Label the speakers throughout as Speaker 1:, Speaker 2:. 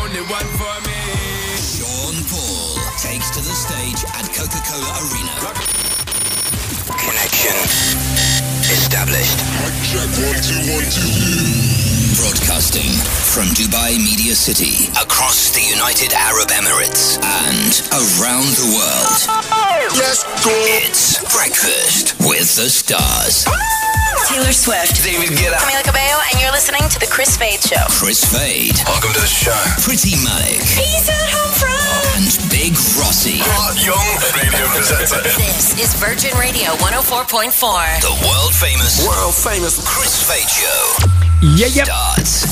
Speaker 1: only one for me.
Speaker 2: Sean Paul takes to the stage at Coca Cola Arena. Connection established. Check one, two, one, two. Broadcasting from Dubai Media City, across the United Arab Emirates, and around the world. Let's go. It's Breakfast with the Stars.
Speaker 3: Taylor Swift.
Speaker 2: David Guetta.
Speaker 3: Camila Cabello, and you're listening to The Chris Fade Show.
Speaker 2: Chris Fade. Welcome to the show. Pretty Malik.
Speaker 3: He's at home from.
Speaker 2: and Big Rossi.
Speaker 4: Young radio presenter.
Speaker 3: This is Virgin Radio 104.4.
Speaker 2: The world famous
Speaker 4: World famous.
Speaker 2: Chris Fade Show
Speaker 5: Yeah, yep.
Speaker 2: starts.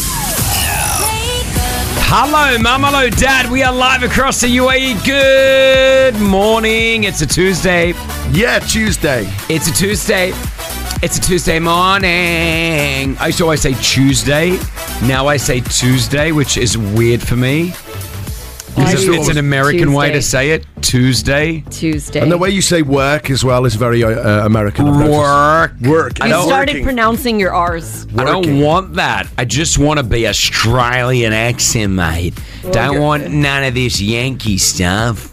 Speaker 5: Hello, Mum. Hello, Dad. We are live across the UAE. Good morning. It's a Tuesday.
Speaker 6: Yeah, Tuesday.
Speaker 5: It's a Tuesday. It's a Tuesday morning. I used to always say Tuesday. Now I say Tuesday, which is weird for me.
Speaker 7: Why
Speaker 5: It's,
Speaker 7: do you
Speaker 5: it's
Speaker 7: say
Speaker 5: an American way to
Speaker 7: Tuesday?
Speaker 5: say it. Tuesday.
Speaker 7: Tuesday.
Speaker 6: And the way you say work as well is very uh, American. I've noticed.
Speaker 5: Work.
Speaker 6: Work.
Speaker 5: I
Speaker 7: you
Speaker 5: don't,
Speaker 7: started
Speaker 6: working.
Speaker 7: pronouncing your R's.
Speaker 5: I don't
Speaker 6: working.
Speaker 5: want that. I just want to be Australian accent, mate. don't want none of this Yankee stuff.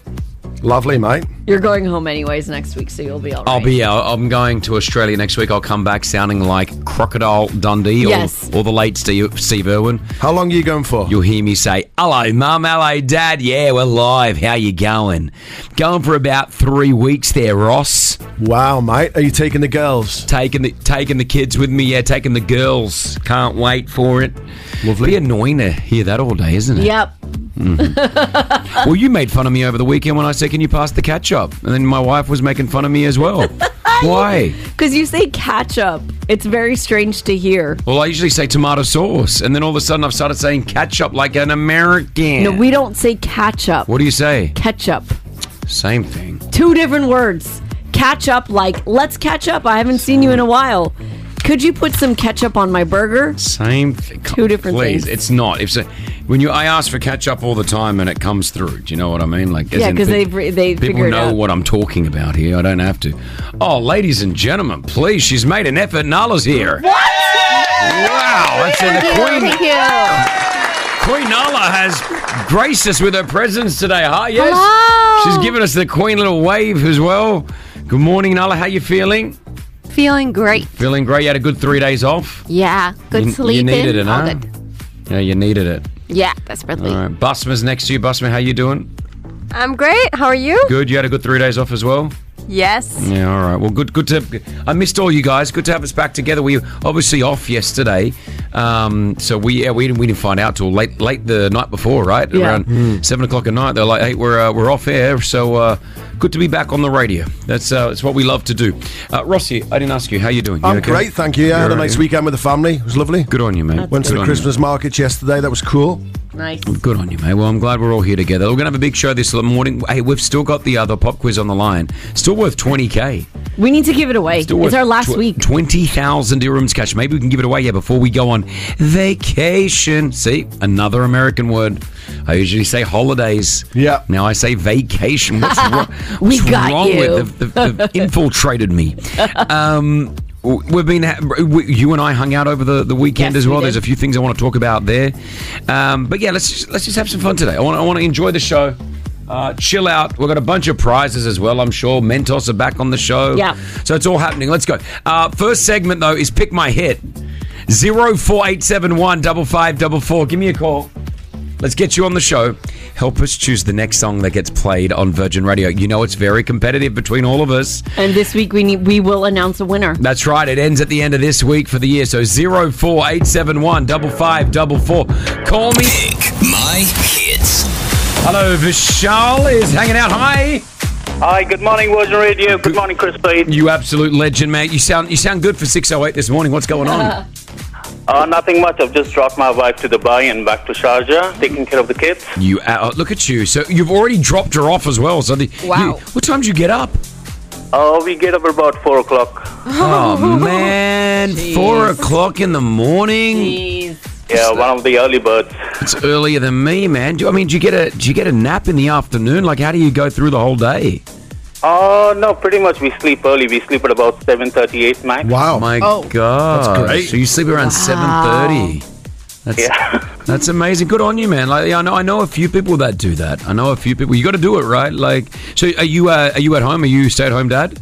Speaker 6: Lovely, mate.
Speaker 7: You're going home anyways next week, so you'll be all right.
Speaker 5: I'll be. I'll- I'm going to Australia next week. I'll come back sounding like Crocodile Dundee or-
Speaker 7: Yes.
Speaker 5: or, the late Steve, Steve Irwin.
Speaker 6: How long are you going for?
Speaker 5: You'll hear me say, "Hello, Mum. Hello, Dad. Yeah, we're live. How you going? Going for about three weeks there, Ross.
Speaker 6: wow, mate. Are you taking the girls?
Speaker 5: Taking the taking the kids with me. Yeah, taking the girls. Can't wait for it.
Speaker 6: Lovely.
Speaker 5: Be annoying to hear that all day, isn't it?
Speaker 7: Yep.
Speaker 5: Well, you made fun of me over the weekend when I said, "Can you pass the catch up?" And then my wife was making fun of me as well. Why?
Speaker 7: Because you say catch up. It's very strange to hear.
Speaker 5: Well, I usually say tomato sauce, and then all of a sudden I've started saying ketchup like an American.
Speaker 7: No, we don't say catch up.
Speaker 5: What do you say?
Speaker 7: Catch up.
Speaker 5: Same thing.
Speaker 7: Two different words. Catch up, like, let's catch up. I haven't seen you in a while. Could you put some ketchup on my burger?
Speaker 5: Same thing.
Speaker 7: Two different
Speaker 5: Please,
Speaker 7: things.
Speaker 5: it's not. If so, when you, I ask for ketchup all the time, and it comes through. Do you know what I mean? Like, as
Speaker 7: Yeah,
Speaker 5: in
Speaker 7: 'cause
Speaker 5: pe-
Speaker 7: they've re- they
Speaker 5: people
Speaker 7: figure it
Speaker 5: know
Speaker 7: out.
Speaker 5: what I'm talking about here. I don't have to. Oh, ladies and gentlemen, please, she's made an effort. Nala's here. What? Wow, that's it. The Queen. Queen Nala has graced us with her presence today. Hi, yes.
Speaker 7: Hello.
Speaker 5: She's given us the Queen little wave as well. Good morning, Nala. How you feeling?
Speaker 8: Feeling great.
Speaker 5: Feeling great. You had a good three days off.
Speaker 8: Yeah. Good
Speaker 5: You- you
Speaker 8: sleeping.
Speaker 5: needed it,
Speaker 8: All
Speaker 5: huh?
Speaker 8: good.
Speaker 5: Yeah, you needed it.
Speaker 8: Yeah, desperately.
Speaker 5: All right. Busman's next to you. Busman, how you doing?
Speaker 8: I'm great. How are you?
Speaker 5: Good. You had a good three days off as well.
Speaker 8: Yes.
Speaker 5: Yeah. All right. Well, good. Good to. I missed all you guys. Good to have us back together. We were obviously off yesterday, um, so we yeah, we didn't we didn't find out till late late the night before, right?
Speaker 7: Yeah.
Speaker 5: Around seven o'clock at night. They're like, hey, we're uh, we're off air. So uh, good to be back on the radio. That's uh, that's what we love to do. Uh, Rossi, I didn't ask you. How you doing? You
Speaker 6: I'm
Speaker 5: okay?
Speaker 6: great, thank you. Yeah, I had a
Speaker 5: You're
Speaker 6: nice
Speaker 5: right.
Speaker 6: weekend with the family. It was lovely.
Speaker 5: Good on you, mate.
Speaker 6: Went to
Speaker 5: Good
Speaker 6: the
Speaker 5: on you.
Speaker 6: Christmas markets yesterday. That was cool.
Speaker 7: Nice.
Speaker 5: Good on you, mate. Well, I'm glad we're all here together. We're going to have a big show this morning. Hey, we've still got the other pop quiz on the line. Still worth 20K.
Speaker 7: We need to give it away.
Speaker 5: Still worth
Speaker 7: It's our last
Speaker 5: tw-
Speaker 7: week.
Speaker 5: 20,000 dirhams cash. Maybe we can give it away, yeah, before we go on vacation. See, another American word. I usually say holidays.
Speaker 6: Yeah.
Speaker 5: Now I say vacation. What's, wrong?
Speaker 7: We
Speaker 5: what's
Speaker 7: got
Speaker 5: wrong
Speaker 7: you.
Speaker 5: with they've, they've, they've infiltrated me. Um, we've been ha- we- you and I hung out over the, the weekend
Speaker 7: Yes,
Speaker 5: as
Speaker 7: we
Speaker 5: well.
Speaker 7: did.
Speaker 5: There's a few things I want to talk about there, um, but yeah, let's just, let's just have some fun today. I want I want to enjoy the show. Uh, chill out. We've got a bunch of prizes as well, I'm sure. Mentos are back on the show.
Speaker 7: Yeah.
Speaker 5: So it's all happening. Let's go. Uh, first segment, though, is Pick My Hit. 04871 5544. Give me a call. Let's get you on the show. Help us choose the next song that gets played on Virgin Radio. You know it's very competitive between all of us.
Speaker 7: And this week we need we will announce a winner.
Speaker 5: That's right. It ends at the end of this week for the year. So 04871 5544. Call me.
Speaker 2: Pick my hits.
Speaker 5: Hello, Vishal is hanging out. Hi.
Speaker 9: Hi, good morning, Virgin Radio. Good morning, Chris Pete.
Speaker 5: You absolute legend, mate. You sound you sound good for 608 this morning. What's going on?
Speaker 9: Uh, nothing much. I've just dropped my wife to Dubai and back to Sharjah, taking care of the kids.
Speaker 5: You uh, look at you. So you've already dropped her off as well. So the,
Speaker 7: Wow.
Speaker 5: you- what time did you get up?
Speaker 9: Uh, we get up about 4 o'clock.
Speaker 5: Oh man, four o'clock in the morning.
Speaker 9: Yeah, one of the early birds.
Speaker 5: It's earlier than me, man. Do, I mean, do you get a do you get a nap in the afternoon? Like, how do you go through the whole day?
Speaker 9: Uh, no, pretty much we sleep early. We sleep at about 7.38 max.
Speaker 6: Wow.
Speaker 5: my god,
Speaker 6: great.
Speaker 5: So you sleep around seven thirty. That's, that's amazing. Good on you, man. Like, I know, I know a few people that do that. I know a few people. You got to do it, right? Like, so are you? Uh, are you at home? Are you stay at home dad?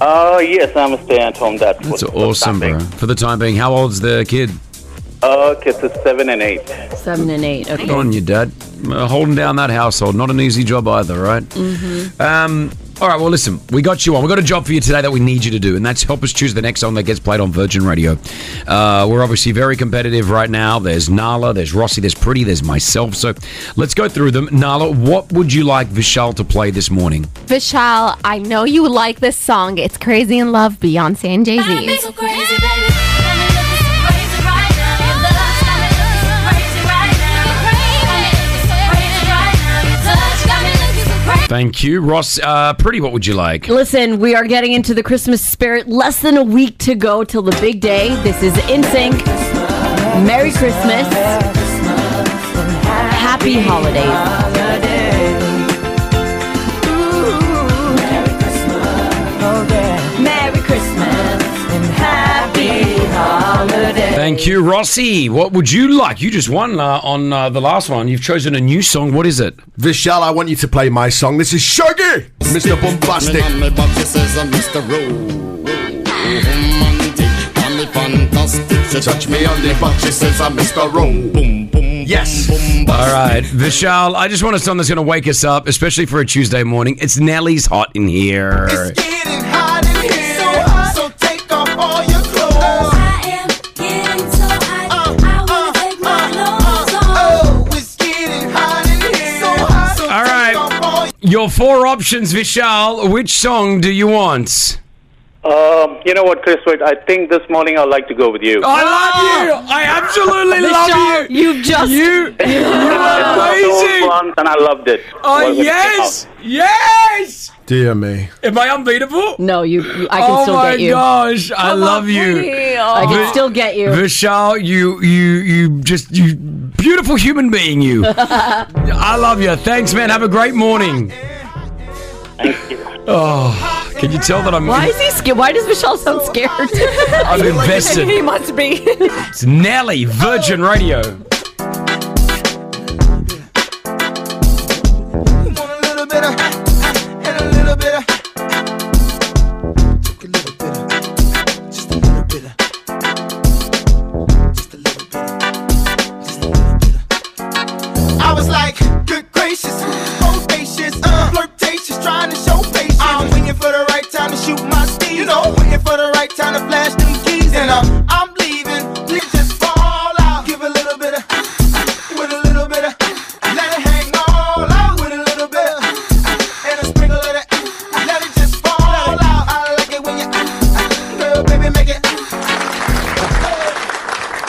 Speaker 9: Uh, yes, I'm a stay-at-home dad. for-
Speaker 5: That's
Speaker 9: for
Speaker 5: awesome,
Speaker 9: something.
Speaker 5: bro. For the time being, how old's the kid?
Speaker 9: Uh, kids is seven and eight.
Speaker 7: Seven and eight.
Speaker 5: Good
Speaker 7: Okay.
Speaker 5: on you, dad. Uh, holding down that household, not an easy job either, right? Mm-hmm. Um. All right, well, listen, we got you on. we got a job for you today that we need you to do, and that's help us choose the next song that gets played on Virgin Radio. Uh, we're obviously very competitive right now. There's Nala, there's Rossi, there's Pretty, there's myself. So let's go through them. Nala, what would you like Vishal to play this morning?
Speaker 8: Vishal, I know you like this song. It's Crazy in Love, Beyonce and Jay Z.
Speaker 5: Thank you. Ross, uh, Pretty, what would you like?
Speaker 7: Listen, we are getting into the Christmas spirit. Less than a week to go till the big day. This is InSync. Merry Christmas. Happy holidays. Merry Christmas and happy holidays.
Speaker 5: Thank you, Rossi. What would you like? You just won uh, on uh, the last one. You've chosen a new song. What is it?
Speaker 6: Vishal, I want you to play my song. This is Shaggy, Mr. Bombastic. Touch me on the butt, she says I'm Mr. Rome. Boom, boom. Yes.
Speaker 5: All right, Vishal, I just want a song that's going to wake us up, especially for a Tuesday morning. It's Nelly's Hot in Here.
Speaker 2: uh,
Speaker 5: All right, your four options, Vishal. Which song do you want?
Speaker 9: Um, you know what, Chris? Wait, I think this morning I'd like to go with you.
Speaker 5: I love you. Oh. I absolutely
Speaker 7: Vishal,
Speaker 5: love you.
Speaker 7: you've just
Speaker 5: You, you
Speaker 9: I
Speaker 5: are
Speaker 9: loved the old
Speaker 5: amazing.
Speaker 9: ones and I loved it.
Speaker 5: Oh
Speaker 9: Well,
Speaker 5: yes, yes.
Speaker 6: Dear me.
Speaker 5: Am I unbeatable?
Speaker 7: No, you, you I can
Speaker 5: oh
Speaker 7: still
Speaker 5: my
Speaker 7: get you.
Speaker 5: gosh, I love you.
Speaker 7: I can
Speaker 5: Vi-
Speaker 7: still get you.
Speaker 5: Vishal, you you you just you beautiful human being you. I love you. Thanks, man. Have a great morning.
Speaker 9: Thank you.
Speaker 5: Oh, can you tell that I'm
Speaker 7: Why is he scared? Why does Michelle sound scared?
Speaker 5: I'm invested?
Speaker 7: must be.
Speaker 5: It's Nelly, Virgin
Speaker 7: Oh.
Speaker 5: Radio.
Speaker 1: I was like, good gracious, audacious, uh, flirtatious, trying to show patience. I'm waiting for the right time to shoot my steed. You know, waiting for the right time to flash them keys. And uh, I'm leaving, please just fall out. Give a little bit of, with a little bit of, let it hang all out with a little bit of, and a sprinkle of that. Let it just fall out. I like it when you, girl, baby, make it.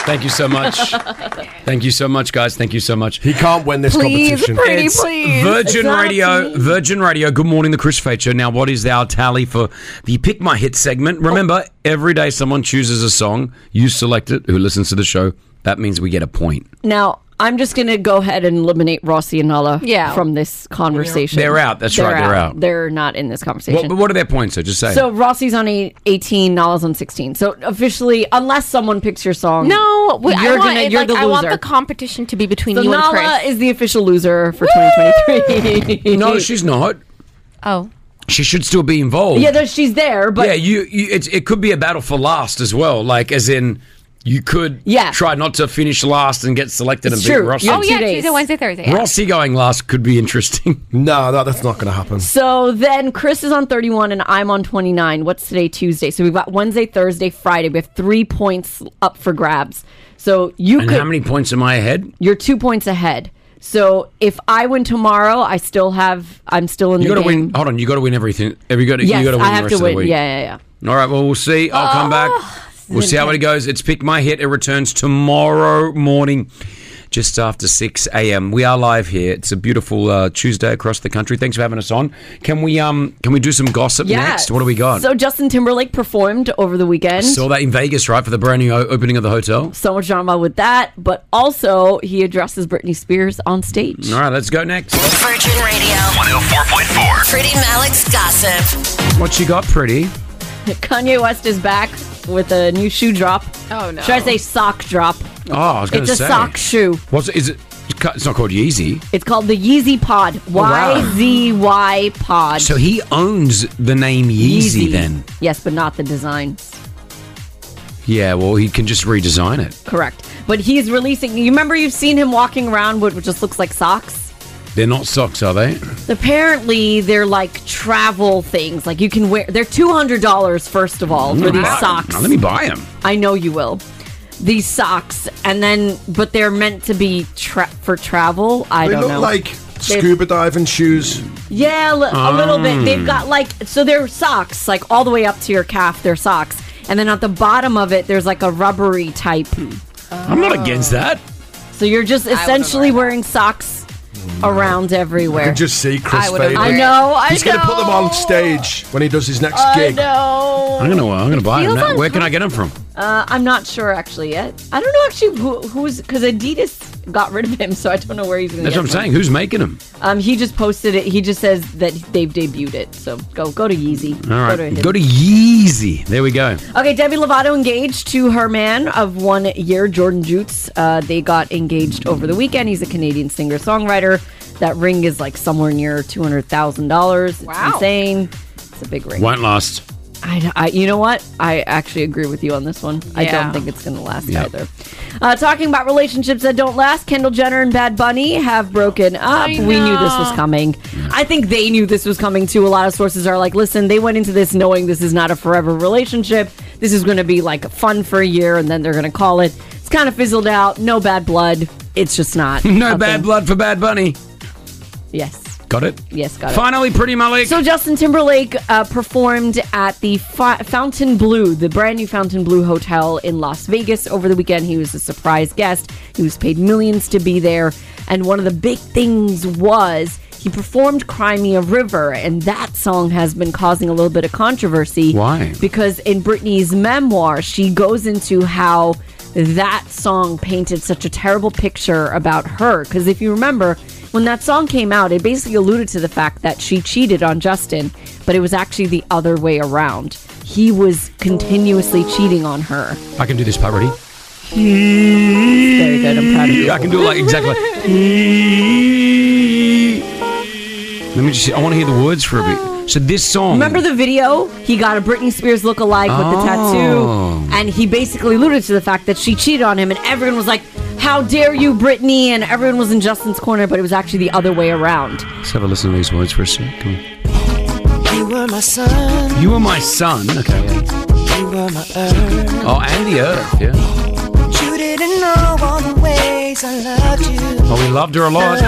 Speaker 5: Thank you so much. Thank you so much, guys. Thank you so much.
Speaker 6: He can't win this
Speaker 8: Please,
Speaker 6: competition.
Speaker 8: pretty,
Speaker 5: It's
Speaker 8: please.
Speaker 5: Virgin
Speaker 7: It's
Speaker 5: Radio,
Speaker 7: not
Speaker 5: Virgin Radio. Good morning, the Chris Fade Show. Now, what is our tally for the Pick My Hit segment? Remember, every day someone chooses a song, you select it. Who listens to the show? That means we get a point.
Speaker 7: Now, I'm just going to go ahead and eliminate Rossi and Nala
Speaker 8: Yeah.
Speaker 7: from this conversation.
Speaker 5: They're out. That's right, they're out.
Speaker 7: They're not in this
Speaker 5: What,
Speaker 7: conversation.
Speaker 5: but what are their points? though? just say.
Speaker 7: so Rossi's on eight- 18, Nala's on 16. So officially, unless someone picks your song.
Speaker 8: No, we, I
Speaker 7: You're
Speaker 8: want,
Speaker 7: gonna-
Speaker 8: it-
Speaker 7: you're
Speaker 8: like,
Speaker 7: the
Speaker 8: I want
Speaker 7: loser.
Speaker 8: the competition to be between
Speaker 7: So
Speaker 8: you and
Speaker 7: Nala
Speaker 8: Chris.
Speaker 7: is the official loser for 2023.
Speaker 5: no, she's not.
Speaker 8: oh,
Speaker 5: She should still be involved.
Speaker 7: Yeah, there- she's there, but
Speaker 5: yeah. You, you it's, it could be a battle for last as well. Like, as in, you could
Speaker 7: Yeah.
Speaker 5: try not to finish last and get selected and
Speaker 7: It's
Speaker 5: beat
Speaker 7: true.
Speaker 5: Rossi.
Speaker 7: You're
Speaker 8: oh
Speaker 7: Two
Speaker 8: yeah,
Speaker 7: days.
Speaker 8: Tuesday, Wednesday, Thursday. yeah.
Speaker 5: Rossi going last could be interesting.
Speaker 6: No, no, that's not going to happen.
Speaker 7: So then Chris is on 31 and I'm on 29. What's today, Tuesday? So we've got Wednesday, Thursday, Friday. We have three points up for grabs. So you
Speaker 5: And
Speaker 7: could.
Speaker 5: how many points am I ahead?
Speaker 7: You're two points ahead. So if I win tomorrow, I still have. I'm still in
Speaker 5: You
Speaker 7: the
Speaker 5: got to
Speaker 7: game.
Speaker 5: win. Hold on, you got to win everything. Have you got to?
Speaker 7: yes,
Speaker 5: you got to win
Speaker 7: I
Speaker 5: the
Speaker 7: have
Speaker 5: rest
Speaker 7: to
Speaker 5: of the
Speaker 7: win.
Speaker 5: week.
Speaker 7: Yeah, yeah, yeah.
Speaker 5: All right. Well, we'll see. I'll come
Speaker 7: Oh,
Speaker 5: back. We'll see how it goes. It's pick my hit. It returns tomorrow morning, just after six a.m. We are live here. It's a beautiful uh, Tuesday across the country. Thanks for having us on. Can we um can we do some gossip
Speaker 7: Yeah.
Speaker 5: next? What do we got?
Speaker 7: So Justin Timberlake performed over the weekend.
Speaker 5: Saw that in Vegas, right, for the brand new o- opening of the hotel.
Speaker 7: so much drama with that, but also he addresses Britney Spears on stage.
Speaker 5: All right, let's go next.
Speaker 3: Virgin Radio.
Speaker 4: 104.4.
Speaker 3: Pretty Malik's gossip.
Speaker 5: What you got, pretty?
Speaker 7: Kanye West is back with a new shoe drop.
Speaker 8: Oh, no.
Speaker 7: Should I say sock drop?
Speaker 5: Oh, I was going to
Speaker 7: It's
Speaker 5: say.
Speaker 7: a sock shoe.
Speaker 5: What's is it? It's not called Yeezy.
Speaker 7: It's called the Yeezy Pod.
Speaker 5: Oh, wow.
Speaker 7: Y Z Y Pod.
Speaker 5: So he owns the name Yeezy, then.
Speaker 7: Yes, but not the design.
Speaker 5: Yeah, well, he can just redesign it.
Speaker 7: Correct. But he's releasing. You remember you've seen him walking around with what just looks like socks?
Speaker 5: They're not socks, are they?
Speaker 7: Apparently, they're like travel things. Like you can wear. They're $200, first of all, for
Speaker 5: Mm,
Speaker 7: these
Speaker 5: buy 'em.
Speaker 7: socks.
Speaker 5: Now, let me buy them.
Speaker 7: I know you will. These socks, and then, but they're meant to be tra- for travel. I
Speaker 10: they
Speaker 7: don't
Speaker 10: look
Speaker 7: know.
Speaker 10: like
Speaker 7: They're-
Speaker 10: scuba diving shoes.
Speaker 7: Yeah, li- a little bit. They've
Speaker 10: Mm.
Speaker 5: Ah.
Speaker 7: got like so they're socks, like all the way up to your calf. They're socks, and then at the bottom of it, there's like a rubbery type.
Speaker 5: Hmm. I'm not against that.
Speaker 7: So you're just essentially wearing socks around
Speaker 10: I
Speaker 7: everywhere.
Speaker 10: can just see Chris
Speaker 7: I would've
Speaker 10: Fade.
Speaker 7: I know, I
Speaker 10: He's gonna put them
Speaker 7: know.
Speaker 10: on stage when he does his next
Speaker 7: I
Speaker 10: gig.
Speaker 7: know.
Speaker 5: I'm gonna, uh, I'm gonna buy
Speaker 7: feels
Speaker 5: them. Now, Where can I get them from?
Speaker 7: Uh, I'm not sure actually yet. I don't know actually who, who's because Adidas got rid of him, so I don't know where he's going.
Speaker 5: That's what I'm saying. Who's making them?
Speaker 7: Um, he just posted it. He just says that they've debuted it. So go go to Yeezy.
Speaker 5: All right,
Speaker 7: Go to his-
Speaker 5: go to Yeezy. There we go.
Speaker 7: Okay, Debbie Lovato engaged to her man of one year, Jordan Jutes. Uh, they got engaged over the weekend. He's a Canadian singer songwriter. That ring is like somewhere near two hundred thousand dollars. Wow, insane. It's a big ring.
Speaker 5: Won't last.
Speaker 7: I, I, you know what? I actually agree with you on this one. I
Speaker 5: Yeah.
Speaker 7: don't think it's going to last
Speaker 5: Yeah.
Speaker 7: either. Uh, talking about relationships that don't last, Kendall Jenner and Bad Bunny have broken
Speaker 8: I
Speaker 7: up. We knew this was
Speaker 8: know.
Speaker 7: coming.
Speaker 5: Mm.
Speaker 7: I think they knew this was coming too. A lot of sources are like, listen, they went into this knowing this is not a forever relationship. This is going to be like fun for a year, and then they're going to call it. It's kind of fizzled out. No bad blood. It's just not.
Speaker 5: no
Speaker 7: a
Speaker 5: bad
Speaker 7: thing.
Speaker 5: blood for Bad Bunny.
Speaker 7: Yes.
Speaker 5: Got it.
Speaker 7: Yes, got it.
Speaker 5: Finally, Pretty Malik.
Speaker 7: So Justin Timberlake uh, performed at the Fa- Fountain Blue, the brand new Fountain Blue Hotel in Las Vegas over the weekend. He was a surprise guest. He was paid millions to be there, and one of the big things was he performed "Crimea River," and that song has been causing a little bit of controversy.
Speaker 5: Why?
Speaker 7: Because in Britney's memoir, she goes into how that song painted such a terrible picture about her. Because if you remember, when that song came out, it basically alluded to the fact that she cheated on Justin, but it was actually the other way around. He was continuously cheating on her.
Speaker 5: I can do this parody.
Speaker 7: Very good. I'm proud of you.
Speaker 5: I can do it like exactly. Let me just. I want to hear the words for a bit. So this song.
Speaker 7: Remember the video? He got a Britney Spears lookalike with the
Speaker 5: Oh.
Speaker 7: tattoo, and he basically alluded to the fact that she cheated on him, and everyone was like, "How dare you, Britney?" And everyone was in Justin's corner, but it was actually the other way around.
Speaker 5: Let's have a listen to these words for a sec. Come on.
Speaker 11: You were my sun,
Speaker 5: You are my son. Okay. yeah.
Speaker 11: you were my earth.
Speaker 5: Oh, and the earth. Yeah.
Speaker 11: You didn't know all the ways I loved you.
Speaker 5: Oh, we loved her a lot.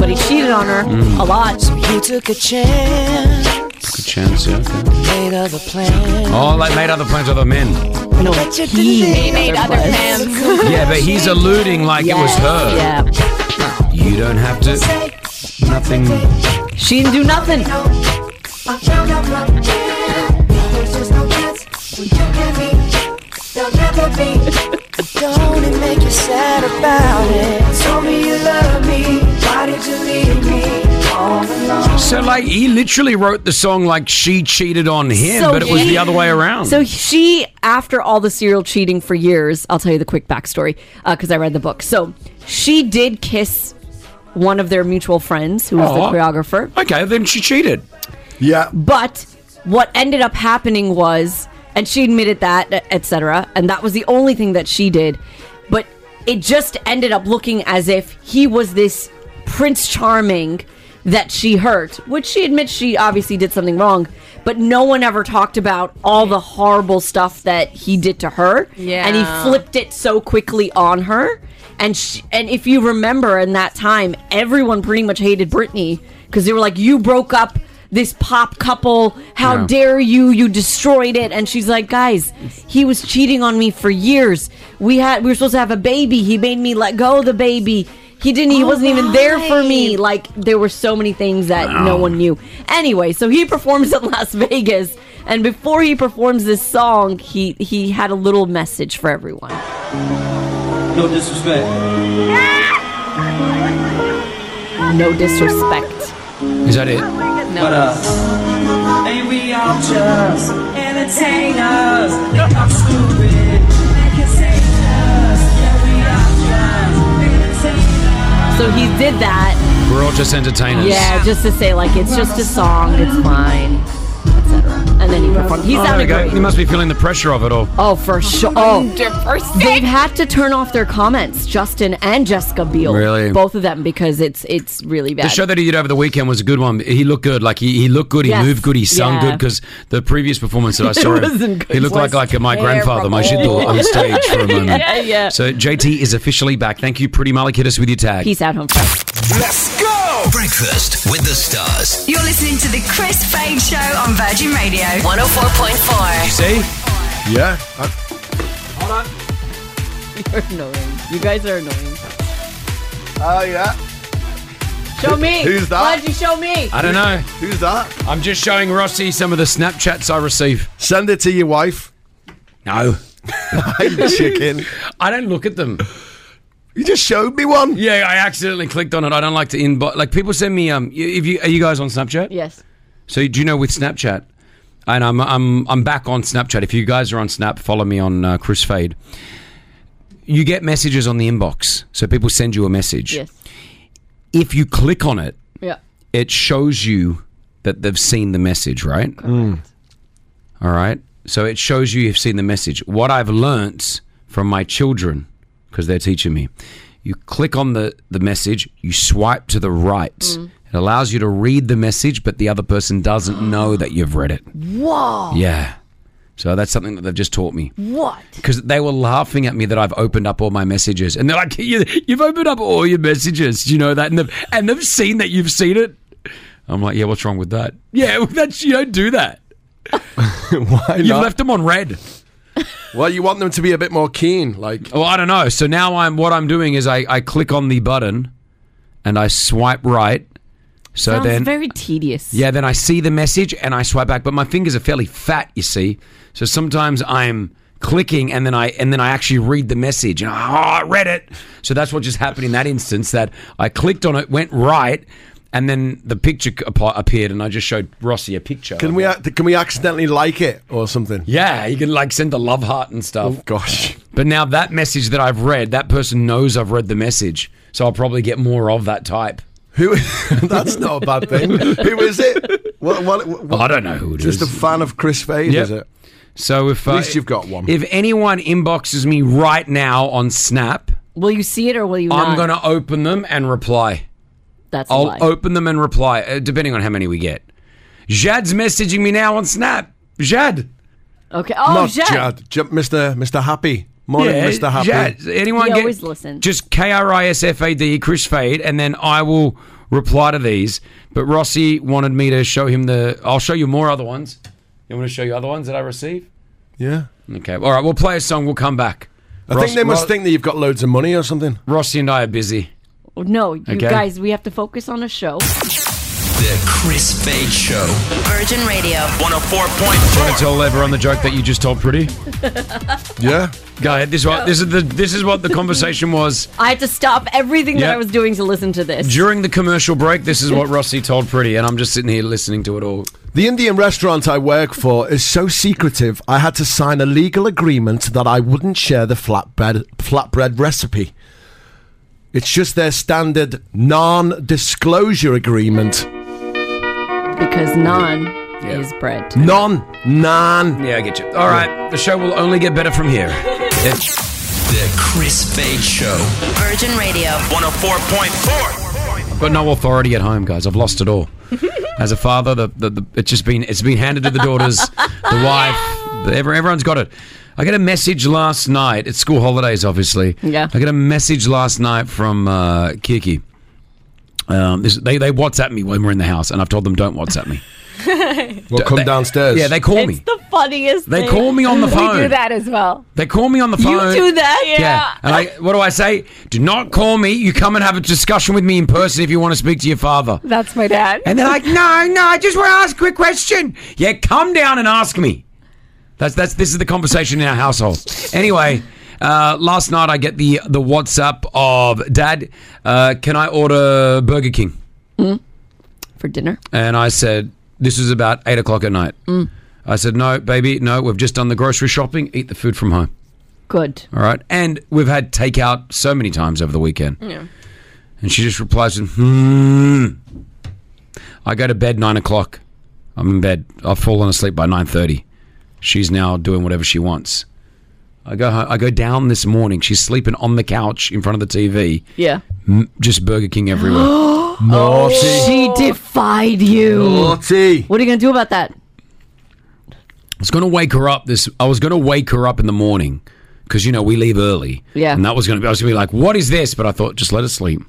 Speaker 7: But he cheated on her
Speaker 5: Mm.
Speaker 7: a lot.
Speaker 11: You took a chance,
Speaker 5: Good chance. Yeah. Okay.
Speaker 11: made other plans.
Speaker 5: Oh, like made other plans with other men.
Speaker 7: No, he made other plans.
Speaker 5: Yeah, but he's alluding like it was her.
Speaker 7: Yeah,
Speaker 5: You don't have to. Nothing.
Speaker 7: she didn't do nothing.
Speaker 11: Don't it make you sad about it? Told me you love me. Why did you leave me all alone?
Speaker 5: So, like, he literally wrote the song like she cheated on him,
Speaker 7: So
Speaker 5: but it was
Speaker 7: he-
Speaker 5: the other way around.
Speaker 7: So she, after all the serial cheating for years, I'll tell you the quick backstory because I read the book. So she did kiss one of their mutual friends, who was
Speaker 5: Aw.
Speaker 7: the choreographer.
Speaker 5: okay, then she cheated.
Speaker 10: Yeah.
Speaker 7: But what ended up happening was, and she admitted that, etc. And that was the only thing that she did. But it just ended up looking as if he was this Prince Charming that she hurt, which she admits she obviously did something wrong. But no one ever talked about all the horrible stuff that he did to her.
Speaker 8: Yeah.
Speaker 7: And he flipped it so quickly on her. And sh and if you remember in that time, everyone pretty much hated Britney because they were like, "You broke up this pop couple. How
Speaker 5: Yeah.
Speaker 7: dare you? You destroyed it." And she's like, "Guys, he was cheating on me for years. We had we were supposed to have a baby. He made me let go of the baby." He didn't. He
Speaker 8: Oh,
Speaker 7: wasn't even there for me.
Speaker 8: right.
Speaker 7: Like there were so many things that
Speaker 5: Wow.
Speaker 7: no one knew. Anyway, so he performs in Las Vegas, and before he performs this song, he he had a little message for everyone.
Speaker 12: No disrespect.
Speaker 7: No disrespect.
Speaker 5: Is that it?
Speaker 12: But uh Hey, we all just entertainers. They talk stupid. They can say us. Yeah, we are
Speaker 7: So he did that.
Speaker 5: We're all just entertainers.
Speaker 7: Yeah, just to say like it's just a song, it's fine, etc. And then he performed. He
Speaker 5: Oh, there
Speaker 7: sounded
Speaker 5: you go.
Speaker 7: great.
Speaker 5: You must be feeling the pressure of it all.
Speaker 7: Oh, for sure. Oh, they've had to turn off their comments, Justin and Jessica Biel.
Speaker 5: Really?
Speaker 7: both of them because it's it's really bad.
Speaker 5: The show that he did over the weekend was a good one. He looked good. Like he, he looked good. He
Speaker 7: Yes.
Speaker 5: moved good. He sung
Speaker 7: Yeah.
Speaker 5: good because the previous performance that I
Speaker 7: It
Speaker 5: saw, him,
Speaker 7: wasn't good.
Speaker 5: he looked like
Speaker 7: It was
Speaker 5: like my grandfather, my
Speaker 7: terrible.
Speaker 5: Shito, on stage for a moment.
Speaker 7: Yeah, yeah.
Speaker 5: So JT is officially back. Thank you, Pretty Malik. Hit us with your tag.
Speaker 7: Peace out, home.
Speaker 2: Let's go! Breakfast with the stars.
Speaker 3: You're listening to the Chris Fade Show on Virgin Radio 104.4.
Speaker 5: See?
Speaker 10: Yeah. Uh, I-
Speaker 7: You're annoying. You guys are annoying.
Speaker 6: Oh, yeah.
Speaker 7: Show me.
Speaker 5: Who's that?
Speaker 7: Why'd you show me?
Speaker 5: I don't know.
Speaker 6: Who's that?
Speaker 5: I'm just showing Rossi some of the Snapchats I receive.
Speaker 10: Send it to your wife.
Speaker 5: No.
Speaker 10: You chicken.
Speaker 5: I don't look at them.
Speaker 10: You just showed me one.
Speaker 5: Yeah, I accidentally clicked on it. I don't like to inbox. Like people send me um. y- If you are you guys on Snapchat?
Speaker 7: Yes.
Speaker 5: So do you know with Snapchat? And I'm I'm I'm back on Snapchat. If you guys are on Snap, follow me on uh, Chris Fade. You get messages on the inbox, so people send you a message.
Speaker 7: Yes.
Speaker 5: If you click on it,
Speaker 7: Yeah.
Speaker 5: it shows you that they've seen the message, right?
Speaker 7: Mm.
Speaker 5: All right. So it shows you you've seen the message. What I've learnt from my children, because they're teaching me, you click on the, the message, you swipe to the right.
Speaker 7: Mm.
Speaker 5: It allows you to read the message, but the other person doesn't know that you've read it.
Speaker 7: Whoa.
Speaker 5: Yeah. So that's something that they've just taught me.
Speaker 7: What?
Speaker 5: Because they were laughing at me that I've opened up all my messages. And they're like, you, You've opened up all your messages. You know that? And they've, and they've seen that you've seen it. I'm like, Yeah, what's wrong with that? Yeah, that's, you don't do that.
Speaker 10: Why
Speaker 5: You've left them on red.
Speaker 10: Well, you want them to be a bit more keen. Like,
Speaker 5: Well, I don't know. So now I'm what I'm doing is I, I click on the button and I swipe right. So
Speaker 7: Sounds
Speaker 5: then
Speaker 7: very tedious.
Speaker 5: yeah, then I see the message and I swipe back, but my fingers are fairly fat, you see. So sometimes I'm clicking and then I and then I actually read the message and oh, I read it. So that's what just happened in that instance that I clicked on it, went right, and then the picture appa- appeared and I just showed Rossi a picture.
Speaker 10: can we ac- can we accidentally like it or something?
Speaker 5: Yeah, you can like send a love heart and stuff.
Speaker 10: Oh, gosh.
Speaker 5: But now that message that I've read, that person knows I've read the message, so I'll probably get more of that type.
Speaker 10: Who? That's not a bad thing. Who is it? What, what, what-
Speaker 5: I don't know who it
Speaker 10: just
Speaker 5: is.
Speaker 10: a fan of Chris Fade,
Speaker 5: Yep.
Speaker 10: is it?
Speaker 5: So if
Speaker 10: At
Speaker 5: uh,
Speaker 10: least you've got one.
Speaker 5: if anyone inboxes me right now on Snap,
Speaker 7: Will you see it or will you
Speaker 5: I'm
Speaker 7: not?
Speaker 5: gonna open them and reply.
Speaker 7: That's a
Speaker 5: I'll
Speaker 7: lie.
Speaker 5: open them and reply, uh, depending on how many we get. Jad's messaging me now on Snap. Jad,
Speaker 7: Okay. Oh,
Speaker 10: not
Speaker 7: Jed.
Speaker 10: Jad. J- Mr. Mr. Happy. Morning,
Speaker 5: Yeah,
Speaker 10: Mr. Happy.
Speaker 5: Jad. Anyone
Speaker 7: He
Speaker 5: get,
Speaker 7: always listens.
Speaker 5: Just K R I S F A D, Chris Fade, and then I will reply to these. But Rossi wanted me to show him the. I'll show you more other ones. You want me to show you other ones that I receive?
Speaker 10: Yeah.
Speaker 5: Okay. All right. We'll play a song. We'll come back.
Speaker 10: I think they must think that you've got loads of money or something.
Speaker 5: Rossi and I are busy.
Speaker 7: Oh, No, you
Speaker 5: Okay.
Speaker 7: guys, we have to focus on a show.
Speaker 2: The Chris Fade Show.
Speaker 3: Virgin Radio.
Speaker 2: 104.4.
Speaker 5: Want to tell everyone the joke that you just told, Pretty?
Speaker 10: Yeah.
Speaker 5: Go ahead. This is what this is the this is what the conversation was
Speaker 7: I had to stop everything that
Speaker 5: Yep.
Speaker 7: I was doing to listen to this.
Speaker 5: during the commercial break. This is what Rossi told Pretty, and I'm just sitting here listening to it all.
Speaker 10: The Indian restaurant I work for is so secretive, I had to sign a legal agreement that I wouldn't share the flatbread, flatbread recipe. It's just their standard non disclosure agreement.
Speaker 7: because naan is bread.
Speaker 10: Non. Non.
Speaker 5: Yeah, I get you. All right, the show will only get better from here. It's-
Speaker 2: The Chris Fade Show.
Speaker 3: Virgin Radio.
Speaker 2: 104.4.
Speaker 5: Got no authority at home, guys. I've lost it all. As a father, the, the, the it's just been it's been handed to the daughters, the wife, the, every, everyone's got it. I get a message last night. It's school holidays, obviously.
Speaker 7: Yeah.
Speaker 5: I get a message last night from uh, Kiki. Um, this, they they WhatsApp me when we're in the house, and I've told them don't WhatsApp me.
Speaker 10: Well, come downstairs.
Speaker 5: Yeah, they call me.
Speaker 7: It's the funniest
Speaker 5: They
Speaker 7: thing.
Speaker 5: call me on the phone.
Speaker 8: We do that as well.
Speaker 5: They call me on the phone.
Speaker 7: You do that?
Speaker 5: Yeah. And I, what do I say? Do not call me. You come and have a discussion with me in person if you want to speak to your father.
Speaker 8: That's my dad.
Speaker 5: And they're like, no, no, I just want to ask a quick question. Yeah, come down and ask me. That's that's this is the conversation in our household. Anyway, uh, last night I get the the WhatsApp of Dad, uh, can I order Burger King?
Speaker 7: For dinner.
Speaker 5: And I said, this is about eight o'clock at night. I said, no, baby, no, we've just done the grocery shopping. Eat the food from home.
Speaker 7: Good.
Speaker 5: All right. And we've had takeout so many times over the weekend. And she just replies, with, hmm. I go to bed nine o'clock. I'm in bed. I've fallen asleep by nine thirty. She's now doing whatever she wants. I go. ho- I go down this morning. She's sleeping on the couch in front of the TV.
Speaker 7: Yeah.
Speaker 5: M- just Burger King everywhere.
Speaker 7: Naughty.
Speaker 5: Oh.
Speaker 7: She defied you.
Speaker 5: Naughty.
Speaker 7: What are you going to do about that?
Speaker 5: I was going to wake her up this. I was going to wake her up in the morning because you know we leave early.
Speaker 7: Yeah.
Speaker 5: And that was going to be. I was going to be like, "What is this?" But I thought, just let her sleep.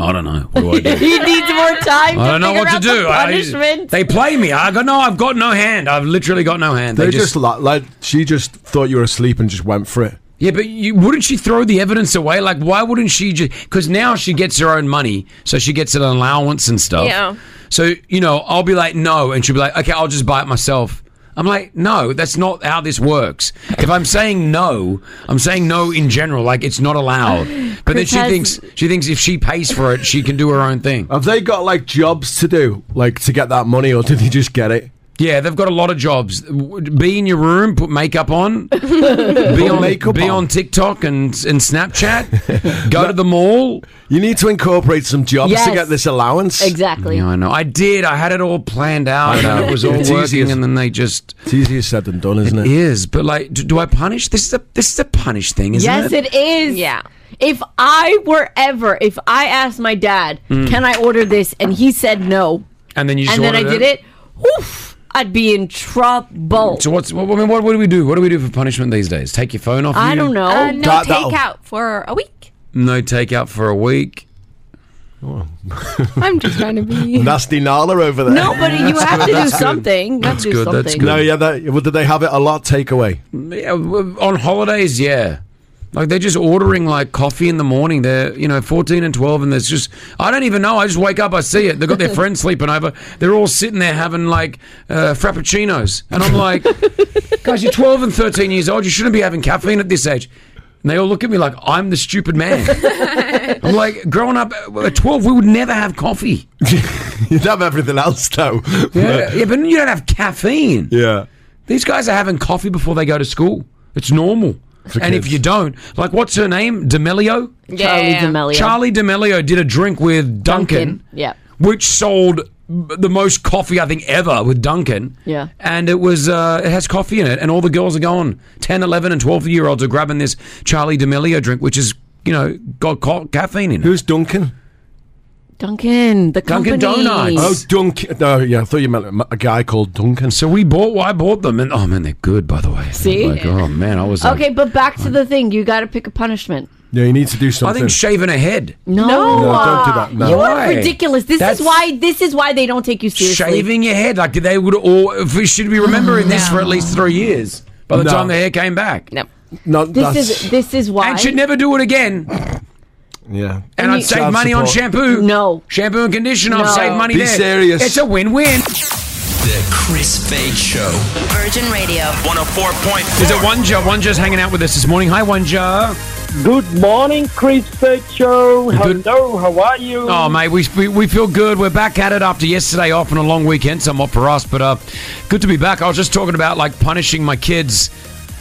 Speaker 5: I don't know. What do I do?
Speaker 7: he needs more time.
Speaker 5: I don't know what to do. I-
Speaker 7: punishment.
Speaker 5: they play me. I go, no, I've got no hand. I've literally got no hand.
Speaker 10: They, just, like, like she just thought you were asleep and just went for it.
Speaker 5: Yeah, but you, wouldn't she throw the evidence away? Like, why wouldn't she just? Because now she gets her own money, so she gets an allowance and stuff.
Speaker 13: Yeah.
Speaker 5: So you know, I'll be like, no, and she'll be like, okay, I'll just buy it myself. I'm like, no, that's not how this works. If I'm saying no, I'm saying no in general, like it's not allowed. But then
Speaker 10: Chris
Speaker 5: she
Speaker 10: has-
Speaker 5: thinks she thinks if she pays for it, she can do her own thing.
Speaker 10: Have they got like jobs to do, like to get that money, or did they just get it?
Speaker 5: Yeah, they've got a lot of jobs. Be in your room, put makeup on, be on
Speaker 10: makeup
Speaker 5: be on TikTok and and Snapchat. Go to the mall.
Speaker 10: You need to incorporate some jobs
Speaker 5: Yes.
Speaker 10: to get this allowance.
Speaker 7: Exactly.
Speaker 5: Yeah, I know. I did. I had it all planned out, and it was all
Speaker 10: It's
Speaker 5: working.
Speaker 10: easier-
Speaker 5: And then they just
Speaker 10: it's easier said than done, isn't it?
Speaker 5: it is. But like, do, do I punish? This is a this is a punish thing, isn't
Speaker 7: yes,
Speaker 5: it?
Speaker 7: it is. Yeah. If I were ever, if I asked my dad,
Speaker 5: Mm.
Speaker 7: can I order this, and he said no,
Speaker 5: And then you just
Speaker 7: and then I
Speaker 5: ordered
Speaker 7: did it, oof, I'd be in trouble.
Speaker 5: So what's what, I mean, what, what do we do? What do we do for punishment these days? Take your phone off.
Speaker 7: I
Speaker 5: you?
Speaker 7: don't know.
Speaker 8: Uh, no
Speaker 5: That- that'll-
Speaker 8: takeout for a week.
Speaker 5: No takeout for a week.
Speaker 8: I'm just trying to be.
Speaker 10: Nasty Nala over there.
Speaker 8: No, but
Speaker 7: you have to do something. You have
Speaker 5: That's to do good, that's something. good.
Speaker 10: No, yeah, that, well, did they have it a lot takeaway?
Speaker 5: Yeah, w- on holidays, yeah. Like they're just ordering like coffee in the morning. They're you know fourteen and twelve, and there's just I don't even know. I just wake up, I see it. They've got their friends sleeping over. They're all sitting there having like uh, frappuccinos, and I'm like, guys, you're twelve and thirteen years old. You shouldn't be having caffeine at this age. And they all look at me like I'm the stupid man. I'm like, growing up at twelve, we would never have coffee.
Speaker 10: You'd have everything else though.
Speaker 5: Yeah, yeah, but you don't have caffeine.
Speaker 10: Yeah.
Speaker 5: These guys are having coffee before they go to school. It's normal.
Speaker 10: For
Speaker 5: and if
Speaker 10: kids.
Speaker 5: you don't, like, what's her name? D'Amelio?
Speaker 7: Charlie Yeah. D'Amelio.
Speaker 5: Charlie D'Amelio did a drink with Duncan,
Speaker 7: Yeah.
Speaker 5: which sold the most coffee I think ever with Duncan.
Speaker 7: Yeah.
Speaker 5: And it was uh, it has coffee in it, and all the girls are going 10, 11, and 12 year olds are grabbing this Charlie D'Amelio drink, which is, you know, got co- caffeine in it.
Speaker 10: Who's Duncan?
Speaker 7: Duncan, the company.
Speaker 10: Oh, Duncan. No, yeah, I thought you meant a guy called Duncan.
Speaker 5: So we bought. Well, I bought them, and oh man, they're good. By the way,
Speaker 7: See?
Speaker 5: like, oh man, I was like,
Speaker 7: Okay, but back to the thing. You got to pick a punishment.
Speaker 10: Yeah, you need to do
Speaker 5: I
Speaker 10: something.
Speaker 5: think shaving a head.
Speaker 7: No, uh,
Speaker 5: No, don't do that, no.
Speaker 7: You
Speaker 5: Why?
Speaker 7: are ridiculous. This
Speaker 5: That's-
Speaker 7: is why. This is why they don't take you seriously.
Speaker 5: Shaving your head, like they would all. We should be remembering this for at least three years. By the
Speaker 10: No.
Speaker 5: time the hair came back, no,
Speaker 10: no,
Speaker 7: This is this is why.
Speaker 5: and should never do it again.
Speaker 10: Yeah.
Speaker 5: And I'd save money on shampoo. No, shampoo and conditioner. I've
Speaker 2: No.
Speaker 5: saved money.
Speaker 2: Be
Speaker 5: there.
Speaker 2: serious.
Speaker 5: It's a win-win.
Speaker 2: The Chris Fade Show.
Speaker 3: Virgin Radio.
Speaker 2: 104.4.
Speaker 5: Is it Wanja? Wanja's hanging out with us this morning. Hi, Wanja.
Speaker 14: Good morning, Chris Fed Show. Hello, how are you?
Speaker 5: Oh, mate, we, we, we feel good. We're back at it after yesterday off and a long weekend, somewhat for us, but uh, good to be back. I was just talking about like punishing my kids,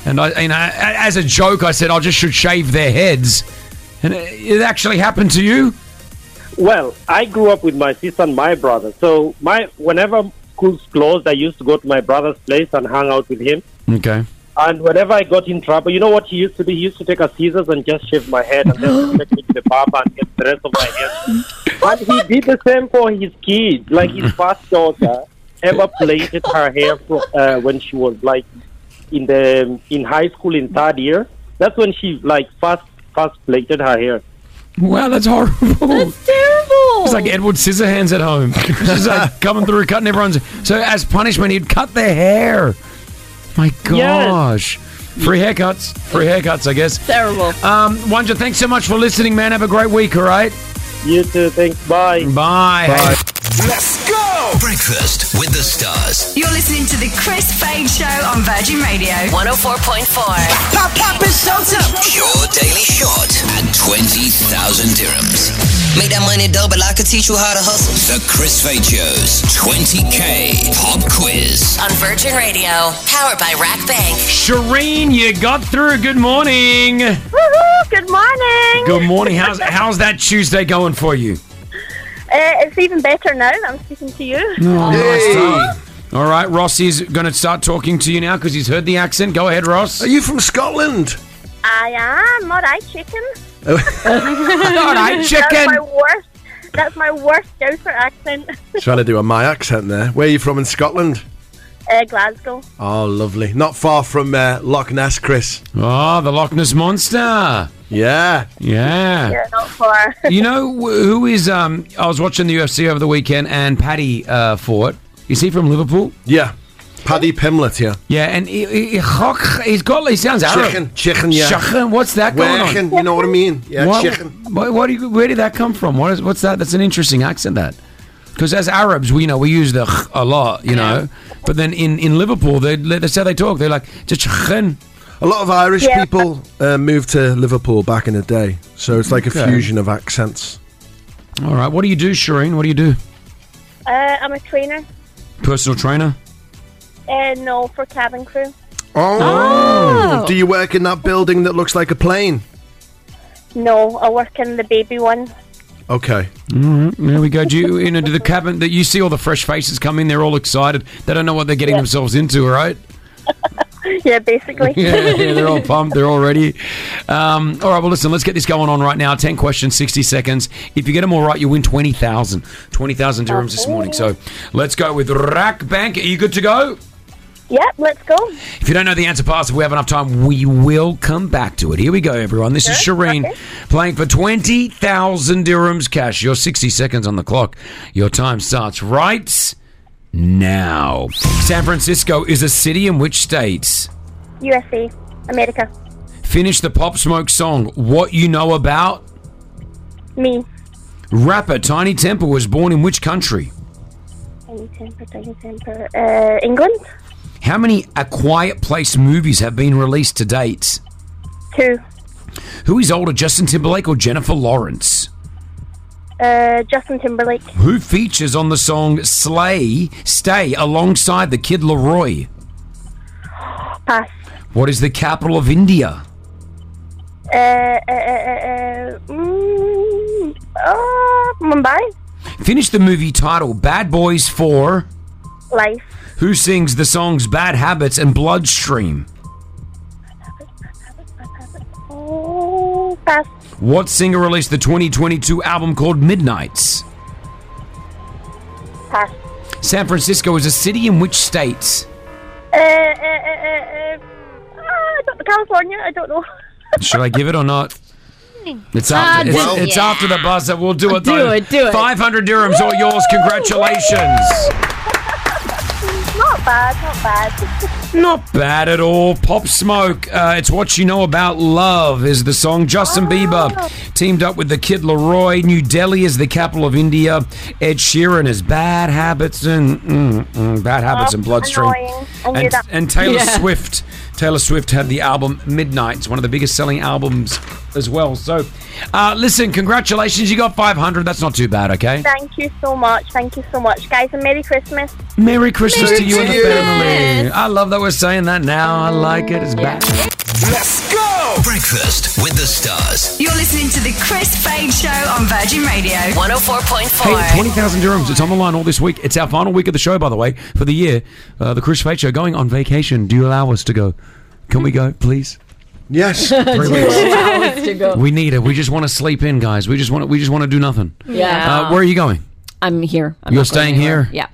Speaker 5: and I, you know, a- as a joke, I said I just should shave their heads, and it, it actually happened to you.
Speaker 14: Well, I grew up with my sister and my brother. So my whenever schools closed, I used to go to my brother's place and hang out with him.
Speaker 5: Okay.
Speaker 14: And whenever I got in trouble, you know what he used to do? He used to take a scissors and just shave my head and then take me to the barber and get the rest of my hair. And he did the same for his kids. Like his first daughter ever plaited her hair from, uh, when she was like in the in high school in third year. That's when she like first first plaited her hair.
Speaker 5: Wow, that's horrible. That's
Speaker 7: terrible.
Speaker 5: It's like Edward Scissorhands at home. She's like coming through, cutting everyone's. So as punishment, he'd cut their hair. My gosh. Free haircuts. Free haircuts, I guess.
Speaker 7: Terrible.
Speaker 5: Um, Wanja, thanks so much for listening, man. Have a great week, all right?
Speaker 14: You too. Thanks. Bye.
Speaker 5: Bye.
Speaker 2: Let's go! Breakfast with the stars.
Speaker 3: You're listening to the Chris Fade Show on Virgin Radio 104.4.
Speaker 2: Pop, pop, it's showtime. Your daily shot at 20,000 dirhams. Make that money double, I could teach you how to hustle. The Chris Fade Show's 20K Pop Quiz.
Speaker 3: On Virgin Radio, powered by Rack Bank.
Speaker 5: Shireen, you got through. Good morning.
Speaker 13: Woohoo! Good morning.
Speaker 5: Good morning. How's how's that Tuesday going for you?
Speaker 13: Uh, it's even better now that I'm speaking to you.
Speaker 5: Nice time. All right, Ross is going to start talking to you now because he's heard the accent. Go ahead, Ross. Are
Speaker 10: you from Scotland?
Speaker 13: I am. All right, chicken.
Speaker 5: All right, chicken.
Speaker 13: That's my worst. That's my worst Scouser accent.
Speaker 10: Trying to do a my accent there. Where are you from in Scotland?
Speaker 13: Uh, Glasgow.
Speaker 10: Oh, lovely. Not far from uh, Loch Ness, Chris.
Speaker 5: Oh, the Loch Ness monster.
Speaker 10: Yeah.
Speaker 5: Yeah.
Speaker 13: Yeah, not far.
Speaker 5: you know wh- who is? Um, I was watching the UFC over the weekend, and Paddy uh, fought. Is he from Liverpool?
Speaker 10: Yeah, Paddy Pimlet. Yeah.
Speaker 5: Yeah, and he, he, has got. He sounds Arab.
Speaker 10: Chicken, chicken, yeah.
Speaker 5: Chicken, What's that
Speaker 10: Chicken,
Speaker 5: going on?
Speaker 10: you know what I mean? Yeah, chicken.
Speaker 5: What, what do you, where did that come from? What is, what's that? That's an interesting accent. That because as Arabs, we you know we use the kh a lot, you know. But then in in Liverpool, they that's how they talk. They're like just chicken.
Speaker 10: A lot of Irish
Speaker 5: Yeah.
Speaker 10: people uh, moved to Liverpool back in the day, so it's like
Speaker 5: Okay.
Speaker 10: a fusion of accents.
Speaker 5: All right, what do you do, Shireen? What do you do?
Speaker 13: Uh, I'm a trainer.
Speaker 5: Personal trainer.
Speaker 13: Uh, no, for cabin crew.
Speaker 10: Oh.
Speaker 13: Oh.
Speaker 10: Do you work in that building that looks like a plane?
Speaker 13: No, I work in the baby one.
Speaker 10: Okay.
Speaker 5: All right, there we go. Do you you know, do the cabin that you see all the fresh faces come in? They're all excited. They don't know what they're getting
Speaker 13: Yeah.
Speaker 5: themselves into. Right?
Speaker 13: yeah, basically.
Speaker 5: yeah, yeah, they're all pumped. They're all ready. Um, all right, well, listen, let's get this going on right now. 10 questions, 60 seconds. If you get them all right, you win 20,000.
Speaker 13: Oh,
Speaker 5: 20,000 dirhams this morning. So let's go with Rack Bank. Are you good to go?
Speaker 13: Yep, let's go.
Speaker 5: If you don't know the answer, pass. If we have enough time, we will come back to it. Here we go, everyone. This is Shireen playing for 20,000 dirhams cash. Your 60 seconds on the clock. Your time starts right now. San Francisco is a city in which states?
Speaker 13: USA, America,
Speaker 5: Finish the Pop Smoke song, What You Know About.
Speaker 13: me.
Speaker 5: Rapper Tiny Temper was born in which country?
Speaker 13: Tiny temper, tiny temper. Uh, England,
Speaker 5: How many A Quiet Place movies have been released to date?
Speaker 13: two.
Speaker 5: Who is older, Justin Timberlake or Jennifer Lawrence?
Speaker 13: Uh, Justin Timberlake,
Speaker 5: Who features on the song Slay Stay alongside the Kid Leroy?
Speaker 13: pass.
Speaker 5: What is the capital of India?
Speaker 13: Uh, uh, uh, uh, uh, mm, uh, Mumbai,
Speaker 5: Finish the movie title Bad Boys 4.
Speaker 13: life.
Speaker 5: Who sings the songs Bad Habits and Bloodstream?
Speaker 13: Oh, pass.
Speaker 5: What singer released the 2022 album called Midnights?
Speaker 13: Pass.
Speaker 5: San Francisco is a city in which state?
Speaker 13: Uh, uh, uh, uh, uh, ah, I don't- California, I don't know.
Speaker 5: Should I give it or not? It's
Speaker 13: Ah,
Speaker 5: after,
Speaker 13: do
Speaker 5: it's,
Speaker 13: it. Uh,
Speaker 5: it's after the buzzer. We'll do it.
Speaker 13: Do
Speaker 5: though.
Speaker 13: it, do it.
Speaker 5: 500 dirhams, all yours. Congratulations.
Speaker 13: not bad, not bad.
Speaker 5: Not bad at all. Pop Smoke. Uh, it's what you know about love is the song. Justin
Speaker 13: Ah.
Speaker 5: Bieber teamed up with the Kid Leroy. New Delhi is the capital of India. Ed Sheeran is Bad Habits and mm, mm, Bad Habits and Bloodstream.
Speaker 13: annoying. I knew
Speaker 5: And,
Speaker 13: that.
Speaker 5: and Taylor
Speaker 13: Yeah.
Speaker 5: Swift. Taylor Swift had the album Midnight. It's one of the biggest selling albums as well. So, uh, listen, congratulations. You got 500. That's not too bad, okay?
Speaker 13: Thank you so much. Thank you so much, guys, and Merry Christmas.
Speaker 5: Merry Christmas
Speaker 13: Merry
Speaker 5: to you and the
Speaker 13: Christmas.
Speaker 5: family. I love that we're saying that now. I like it. It's back.
Speaker 2: Let's go! Breakfast with the stars.
Speaker 3: You're listening to the Chris Fade Show on Virgin Radio 104.4.
Speaker 5: Hey, 20,000 dirhams. It's on the line all this week. It's our final week of the show, by the way, for the year. Uh, the Chris Fate Show going on vacation. Do you allow us to go? Can we go, please?
Speaker 10: Yes.
Speaker 5: Three weeks.
Speaker 7: Hours to go.
Speaker 5: We need it. We just want to sleep in, guys. We just want to, we just want to do nothing.
Speaker 7: Yeah.
Speaker 5: Uh, where are you going?
Speaker 7: I'm here. I'm
Speaker 5: You're
Speaker 7: not going
Speaker 5: staying
Speaker 7: anywhere.
Speaker 5: here?
Speaker 7: Yeah.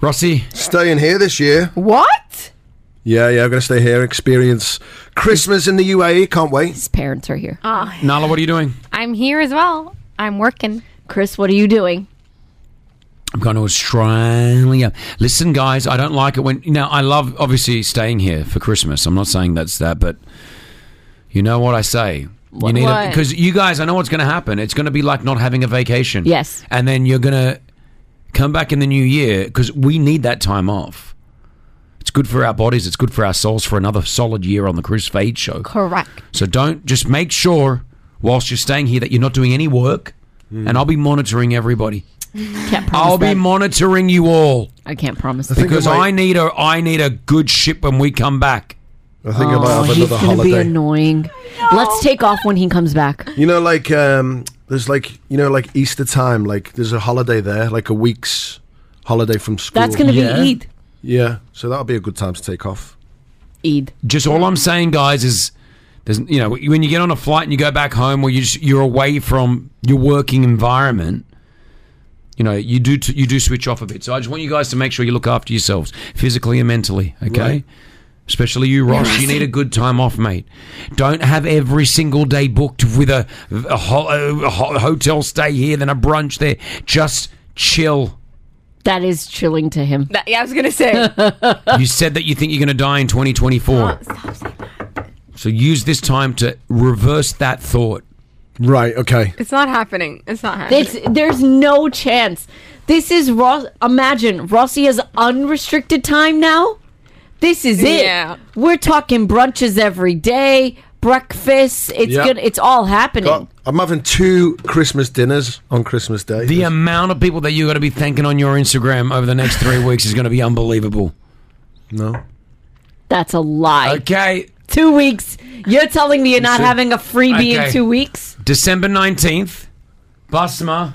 Speaker 5: Rossi?
Speaker 10: Staying here this year.
Speaker 8: What?
Speaker 10: Yeah, yeah, I'm going to stay here, experience Christmas in the UAE. Can't wait. His
Speaker 7: parents are here.
Speaker 3: Uh,
Speaker 8: Ah,
Speaker 5: Nala, what are you doing?
Speaker 8: I'm here as well. I'm working.
Speaker 7: Chris, what are you doing?
Speaker 5: I'm going to Australia. Listen, guys, I don't like it when. Now, I love obviously staying here for Christmas. I'm not saying that's that, but you know what I say. You need
Speaker 7: What?
Speaker 5: because you guys, I know what's going to happen. It's going to be like not having a vacation.
Speaker 7: Yes.
Speaker 5: and then you're going to come back in the new year because we need that time off. It's good for our bodies. It's good for our souls for another solid year on the Cruise Fade Show.
Speaker 8: Correct.
Speaker 5: So don't just make sure whilst you're staying here that you're not doing any work, and I'll be monitoring everybody.
Speaker 7: Can't promise
Speaker 5: I'll be
Speaker 7: that.
Speaker 5: monitoring you all
Speaker 7: I can't promise that.
Speaker 5: because I need a I need a good ship when we come back.
Speaker 10: I
Speaker 7: oh, he's gonna be annoying. Let's take off when he comes back.
Speaker 10: You know, like um, there's like you know, like Easter time. Like there's a holiday there, like a week's holiday from school.
Speaker 7: That's gonna be Yeah. Eid.
Speaker 10: Yeah, so that'll be a good time to take off.
Speaker 7: Eid.
Speaker 5: Just all I'm saying, guys, is there's you know when you get on a flight and you go back home, or you just, you're away from your working environment. You know, you do t- you do switch off a bit. So I just want you guys to make sure you look after yourselves physically and mentally. Okay.
Speaker 15: Right.
Speaker 5: Especially you, Ross. You need a good time off, mate. Don't have every single day booked with a, a, ho- a ho- hotel stay here, then a brunch there. Just chill.
Speaker 7: That is chilling to him.
Speaker 16: That- yeah, I was gonna say.
Speaker 5: you said that you think you're going to die in 2024. So use this time to reverse that thought.
Speaker 10: Right. Okay.
Speaker 16: it's not happening. It's not happening.
Speaker 7: It's, there's no chance. This is Ross. Imagine Rossi has unrestricted time now. This is it.
Speaker 16: Yeah.
Speaker 7: We're talking brunches every day, breakfast. It's
Speaker 10: Yeah.
Speaker 7: gonna. It's all happening.
Speaker 10: God, Uh, I'm having two Christmas dinners on Christmas Day.
Speaker 5: The um, amount of people that you're going to be thanking on your Instagram over the next three weeks is going to be unbelievable.
Speaker 10: No.
Speaker 7: That's a lie.
Speaker 5: Okay.
Speaker 7: Two weeks. You're telling me you're not
Speaker 5: So-
Speaker 7: having a freebie
Speaker 5: Okay.
Speaker 7: in two weeks?
Speaker 5: December 19th, Basma,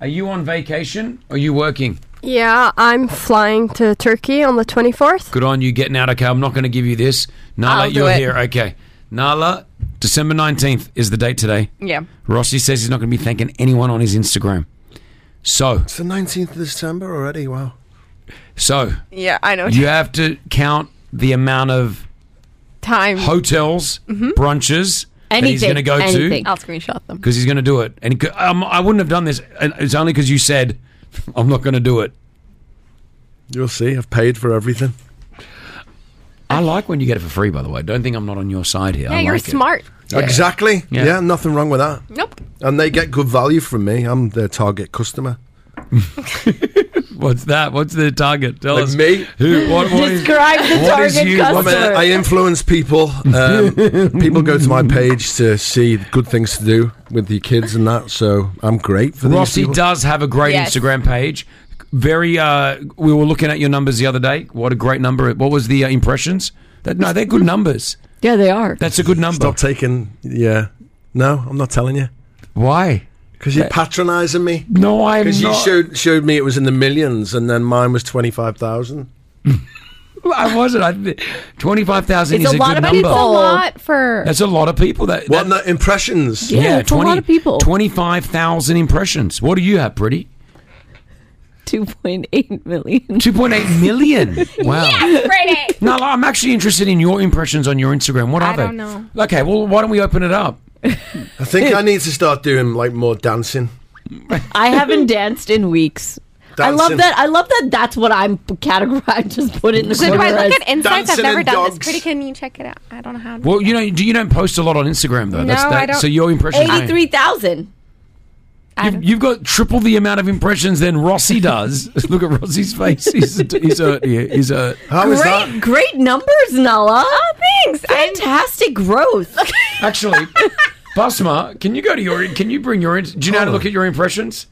Speaker 5: are you on vacation or are you working?
Speaker 16: yeah, I'm flying to Turkey on the 24th.
Speaker 5: Good on you getting out. Okay, I'm not going to give you this. Nala,
Speaker 16: I'll do
Speaker 5: you're
Speaker 16: it.
Speaker 5: here. Okay. Nala, December 19th is the date today.
Speaker 16: Yeah.
Speaker 5: Rossi says he's not going to be thanking anyone on his Instagram. So,
Speaker 10: It's the 19th of December already. Wow.
Speaker 5: so
Speaker 16: Yeah, I know.
Speaker 5: you have to count the amount of
Speaker 16: Time.
Speaker 5: hotels,
Speaker 16: Mhm.
Speaker 5: brunches that he's going to go to.
Speaker 16: I'll screenshot them.
Speaker 5: because he's going to do it. And he could, um, I wouldn't have done this. And it's only because you said, "I'm not going to do it."
Speaker 10: You'll see. I've paid for everything.
Speaker 5: I like when you get it for free. By the way, don't think I'm not on your side here.
Speaker 16: Yeah,
Speaker 5: I
Speaker 16: you're
Speaker 5: like it.
Speaker 16: smart.
Speaker 5: Yeah.
Speaker 10: Exactly.
Speaker 5: Yeah.
Speaker 10: Yeah. nothing wrong with that.
Speaker 16: Nope.
Speaker 10: And they get good value from me. I'm their target customer.
Speaker 5: What's that? What's the target? Tell
Speaker 10: Like
Speaker 5: us.
Speaker 10: me?
Speaker 5: Who? What, what is- what is you? What-
Speaker 10: I, I influence people. Um, people go to my page to see good things to do with the kids and that. So I'm great for these
Speaker 5: Rossi
Speaker 10: people.
Speaker 5: does have a great
Speaker 10: Yes.
Speaker 5: Instagram page. Very. Uh, we were looking at your numbers the other day. What a great number! What was the uh, impressions? That no, they're good numbers.
Speaker 7: Yeah, they are.
Speaker 5: That's a good number.
Speaker 10: Stop taking. Yeah. No, I'm not telling you.
Speaker 5: Why?
Speaker 10: Because you're patronising me.
Speaker 5: No, I'm
Speaker 10: Because you
Speaker 5: not.
Speaker 10: showed showed me it was in the millions, and then mine was twenty five thousand.
Speaker 5: I wasn't. I, Twenty-five thousand
Speaker 10: It's
Speaker 5: is
Speaker 10: a
Speaker 5: a,
Speaker 10: lot
Speaker 5: good
Speaker 10: of
Speaker 5: number.
Speaker 10: people.
Speaker 16: Oh.
Speaker 10: It's a
Speaker 8: lot for.
Speaker 5: That's a lot of people. That
Speaker 10: What no, impressions?
Speaker 5: Yeah, 20, people. Twenty-five thousand impressions. What do you have, pretty?
Speaker 7: 2.8 million.
Speaker 5: 2.8 million. Wow.
Speaker 16: Friday.
Speaker 5: No, I'm actually interested in your impressions on your Instagram. What are
Speaker 10: I
Speaker 5: they?
Speaker 10: don't know.
Speaker 5: Okay, well, why don't we open it up?
Speaker 10: I think I need to start doing like more dancing.
Speaker 7: I haven't danced in weeks. I love
Speaker 10: Dancing.
Speaker 7: that. I love that. That's what I'm categorized. Just put in the
Speaker 8: So do I
Speaker 7: corner
Speaker 8: look
Speaker 7: as-
Speaker 8: at insights? I've never done this. Pretty, can you check it out? I don't know how. To
Speaker 5: Well, you know, do you don't post a lot on Instagram though?
Speaker 8: No,
Speaker 5: that,
Speaker 8: I don't.
Speaker 5: So your impressions.
Speaker 7: Eighty-three thousand.
Speaker 5: You've, you've got triple the amount of impressions than Rossi does. Look at Rossi's face. He's, he's hurt here. He's hurt.
Speaker 7: great, Great numbers, Nala. Oh, thanks. Fantastic growth.
Speaker 5: Actually, Basma, can you go to your? Can you bring your? in- Do you know how to look at your impressions?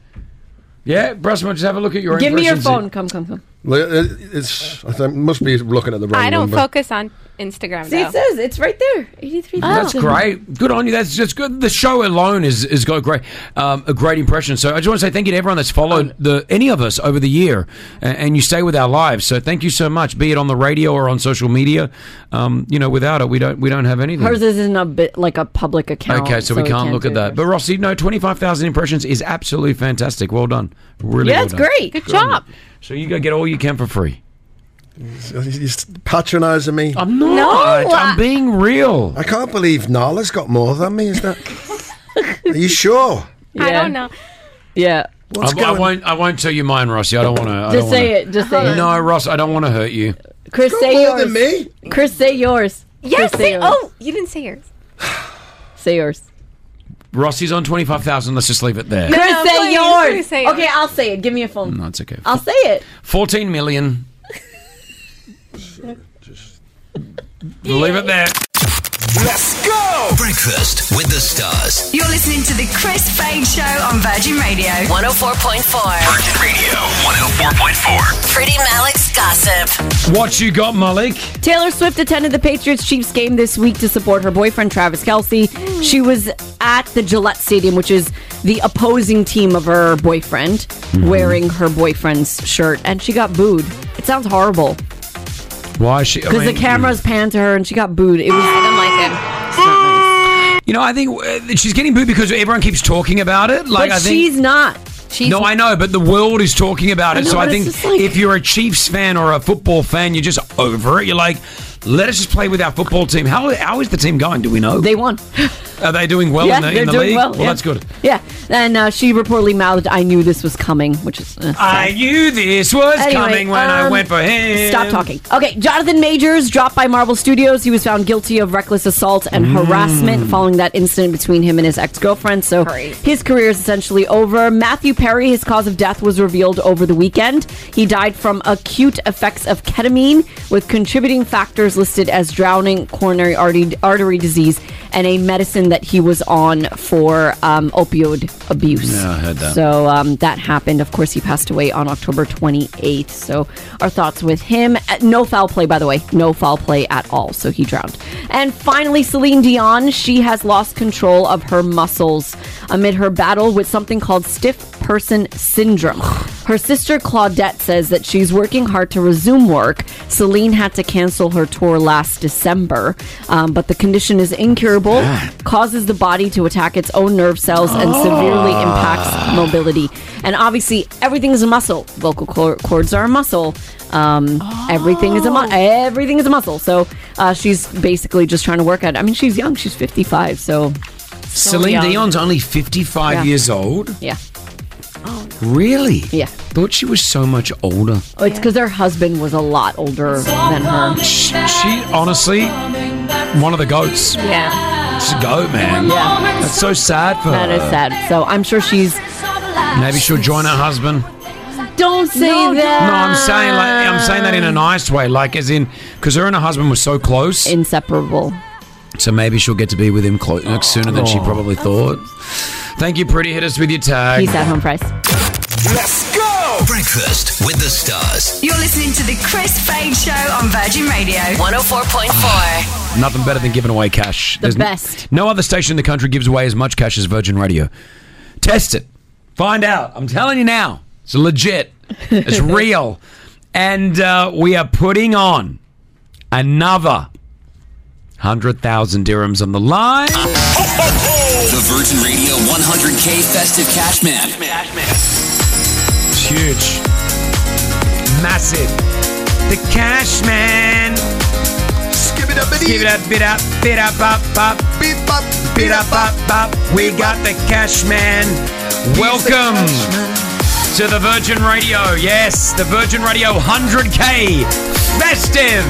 Speaker 5: Yeah, Basma, just have a look at your.
Speaker 7: Give me your
Speaker 5: impressions.
Speaker 7: phone. Come, come, come.
Speaker 10: Like, it- It's I think, must be looking at the wrong.
Speaker 8: I don't
Speaker 10: number.
Speaker 8: focus on Instagram.
Speaker 7: See, it
Speaker 8: though.
Speaker 7: says it's right there. Eighty-three thousand.
Speaker 5: That's great. Good on you. That's just good. The show alone is has got great, um, a great impression. So I just want to say thank you to everyone that's followed the any of us over the year, and, and you stay with our lives. So thank you so much. Be it on the radio or on social media, um, you know, without it we don't we don't have anything.
Speaker 7: Hers isn't a bit like a public account.
Speaker 5: okay, so, we can't look at
Speaker 7: do
Speaker 5: that. But Rossi, no, twenty five thousand impressions is absolutely fantastic. Well done. Really,
Speaker 7: yeah,
Speaker 5: well
Speaker 7: it's
Speaker 5: done.
Speaker 7: great. Good
Speaker 5: on you. So you go get all you can for free.
Speaker 10: You're patronising me.
Speaker 5: I'm not. No, I'm being real.
Speaker 10: I can't believe Nala's got more than me. Is that? Are you sure?
Speaker 8: I don't know.
Speaker 7: Yeah.
Speaker 10: What's
Speaker 5: I, I
Speaker 10: going-
Speaker 5: won't. I won't tell you mine, Rossi. I don't want to.
Speaker 7: Just say it. Just say it.
Speaker 5: No, Ross, I don't want to hurt you.
Speaker 7: Chris, say yours. Chris, say yours.
Speaker 8: Yes.
Speaker 7: Chris, say
Speaker 8: Say,
Speaker 7: yours.
Speaker 8: oh, you didn't say yours.
Speaker 7: Say yours.
Speaker 5: Rossi's on twenty five thousand. Let's just leave it there.
Speaker 7: Chris,
Speaker 8: no,
Speaker 7: say
Speaker 8: please,
Speaker 7: yours.
Speaker 8: please say
Speaker 7: okay, I'll say it. Give me a phone.
Speaker 5: No, it's okay.
Speaker 7: I'll say it.
Speaker 5: Fourteen million. Leave it there.
Speaker 2: Let's go! Breakfast with the stars.
Speaker 3: You're listening to the Chris Fade Show on Virgin Radio 104.4.
Speaker 2: Virgin Radio 104.4.
Speaker 3: Pretty Malik's gossip.
Speaker 5: What you got, Malik?
Speaker 7: Taylor Swift attended the Patriots Chiefs game this week to support her boyfriend Travis Kelsey. She was at the Gillette Stadium, which is the opposing team of her boyfriend,
Speaker 5: Mm-hmm.
Speaker 7: wearing her boyfriend's shirt, and she got booed. It sounds horrible
Speaker 5: Why is she? I
Speaker 7: because
Speaker 5: mean-
Speaker 7: the cameras panned to her and she got booed. It was I didn't like it.
Speaker 5: You know, I think uh, she's getting booed because everyone keeps talking about it. Like,
Speaker 7: but
Speaker 5: I think
Speaker 7: she's not. She's
Speaker 5: no, I know, but the world is talking about
Speaker 7: I
Speaker 5: it.
Speaker 7: know,
Speaker 5: so I
Speaker 7: but it's
Speaker 5: think
Speaker 7: just like-
Speaker 5: if you're a Chiefs fan or a football fan, you're just over it. You're like, let us just play with our football team. How how is the team going? Do we know? They
Speaker 7: won.
Speaker 5: Are they doing well
Speaker 7: Yeah,
Speaker 5: Oh, in the,
Speaker 7: they're
Speaker 5: in the
Speaker 7: doing
Speaker 5: league?
Speaker 7: well, yeah.
Speaker 5: that's good.
Speaker 7: Yeah, and uh, she reportedly mouthed, "I knew this was coming," which is. uh,
Speaker 5: I knew this was
Speaker 7: Anyway,
Speaker 5: coming when I
Speaker 7: um,
Speaker 5: went for him.
Speaker 7: Stop talking. Okay, Jonathan Majors dropped by Marvel Studios. He was found guilty of reckless assault and
Speaker 5: Mm.
Speaker 7: harassment following that incident between him and his ex girlfriend. So his career is essentially over. Matthew Perry, his cause of death was revealed over the weekend. He died from acute effects of ketamine, with contributing factors listed as drowning, coronary artery, artery disease, and a medicine that he was on for um, opioid abuse.
Speaker 5: Yeah, I heard that.
Speaker 7: So so um, that happened. Of course, he passed away on October 28th. So our thoughts with him. Uh, No foul play, by the way. No foul play at all. So he drowned. And finally, Celine Dion. She has lost control of her muscles amid her battle with something called stiff person syndrome. Her sister Claudette says that she's working hard to resume work. Celine had to cancel her tour last December, um, but the condition is incurable, causes the body to attack its own nerve cells, and severely impacts mobility. And obviously, everything is a muscle. Vocal cor- cords are a muscle. Um, Everything is a mu- everything is a muscle. So uh, she's basically just trying to work at. it. I mean, she's young. She's fifty five. So
Speaker 5: Celine
Speaker 7: young.
Speaker 5: Dion's only 55
Speaker 7: Yeah.
Speaker 5: years old.
Speaker 7: yeah,
Speaker 5: Really?
Speaker 7: Yeah.
Speaker 5: Thought she was so much older.
Speaker 7: oh, it's because her husband was a lot older than her.
Speaker 5: She, she honestly, one of the goats.
Speaker 7: Yeah.
Speaker 5: She's a goat, man.
Speaker 7: Yeah.
Speaker 5: That's so sad for
Speaker 7: That
Speaker 5: her.
Speaker 7: is sad. So I'm sure she's.
Speaker 5: Maybe she'll join her husband.
Speaker 7: Don't say that.
Speaker 5: No, I'm saying like I'm saying that in a nice way, like as in because her and her husband were so close,
Speaker 7: inseparable.
Speaker 5: So maybe she'll get to be with him clo- like, sooner than she
Speaker 7: Aw.
Speaker 5: probably thought. Thank you, pretty. Hit us with your tag.
Speaker 7: Peace out, home price.
Speaker 2: Let's go! Breakfast with the stars.
Speaker 3: You're listening to the Chris Fade Show on Virgin Radio 104.4.
Speaker 5: Nothing better than giving away cash.
Speaker 3: The
Speaker 5: n-
Speaker 3: best.
Speaker 5: No other station in the country gives away as much cash as Virgin Radio. Test it. Find out. I'm telling you now. It's legit. It's real. And uh, we are putting on another 100,000 dirhams on the line.
Speaker 2: The Virgin Radio 100K Festive Cash Man.
Speaker 5: It's huge. Massive. The cash man. Skip it up, Skip it up, bit up, bit up, up, up. Beep up, bit up, up, up. We got the cash man. Welcome to the Virgin Radio. Yes, the Virgin Radio 100K Festive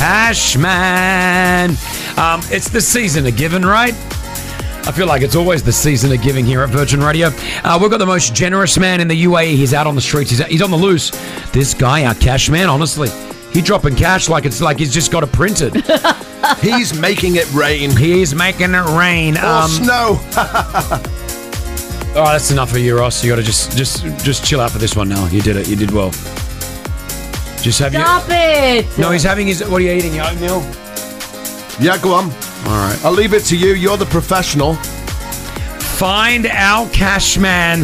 Speaker 5: Cash Man. Um, it's the season of giving, right? I feel like it's always the season of giving here at Virgin Radio. Uh, we've got the most generous man in the UAE. He's out on the streets. He's, he's on the loose. This guy, our cash man, honestly, he dropping cash like it's like he's just got it printed. he's making it rain. He's making it rain. Um,
Speaker 10: Or snow.
Speaker 5: All right, that's enough of you, Ross. You got to just just just chill out for this one now. You did it. You did well. Just have your.
Speaker 7: Stop it.
Speaker 5: No, he's having his. What are you eating? Your oatmeal.
Speaker 10: Yeah, go on.
Speaker 5: All right.
Speaker 10: I'll leave it to you. You're the professional.
Speaker 5: Find our cash man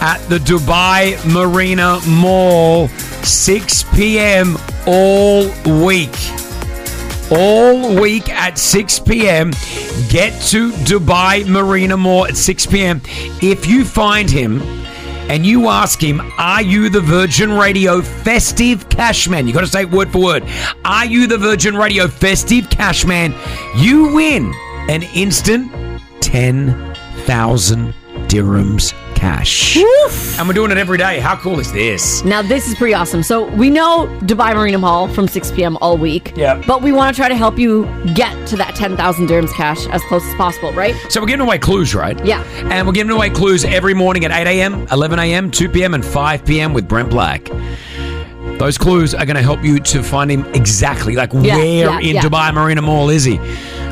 Speaker 5: at the Dubai Marina Mall, 6 p.m. all week. All week at 6 p.m. Get to Dubai Marina Mall at 6 p.m. If you find him and you ask him, Are you the Virgin Radio Festive Cashman? You got to say it word for word. Are you the Virgin Radio Festive Cashman? You win an instant 10,000 dirhams cash. And we're doing it every day. How cool is this?
Speaker 7: Now this is pretty awesome. So we know Dubai Marina Mall from 6 p.m. all week. Yeah. But we want to try to help you get to that 10,000 dirhams cash as close as possible, right?
Speaker 5: So we're giving away clues, right?
Speaker 7: Yeah.
Speaker 5: And we're giving away clues every morning at 8 a.m., 11 a.m., 2 p.m., and 5 p.m. with Brent Black. Those clues are going to help you to find him exactly, like
Speaker 7: Yeah,
Speaker 5: where
Speaker 7: yeah,
Speaker 5: in
Speaker 7: yeah.
Speaker 5: Dubai Marina Mall is he?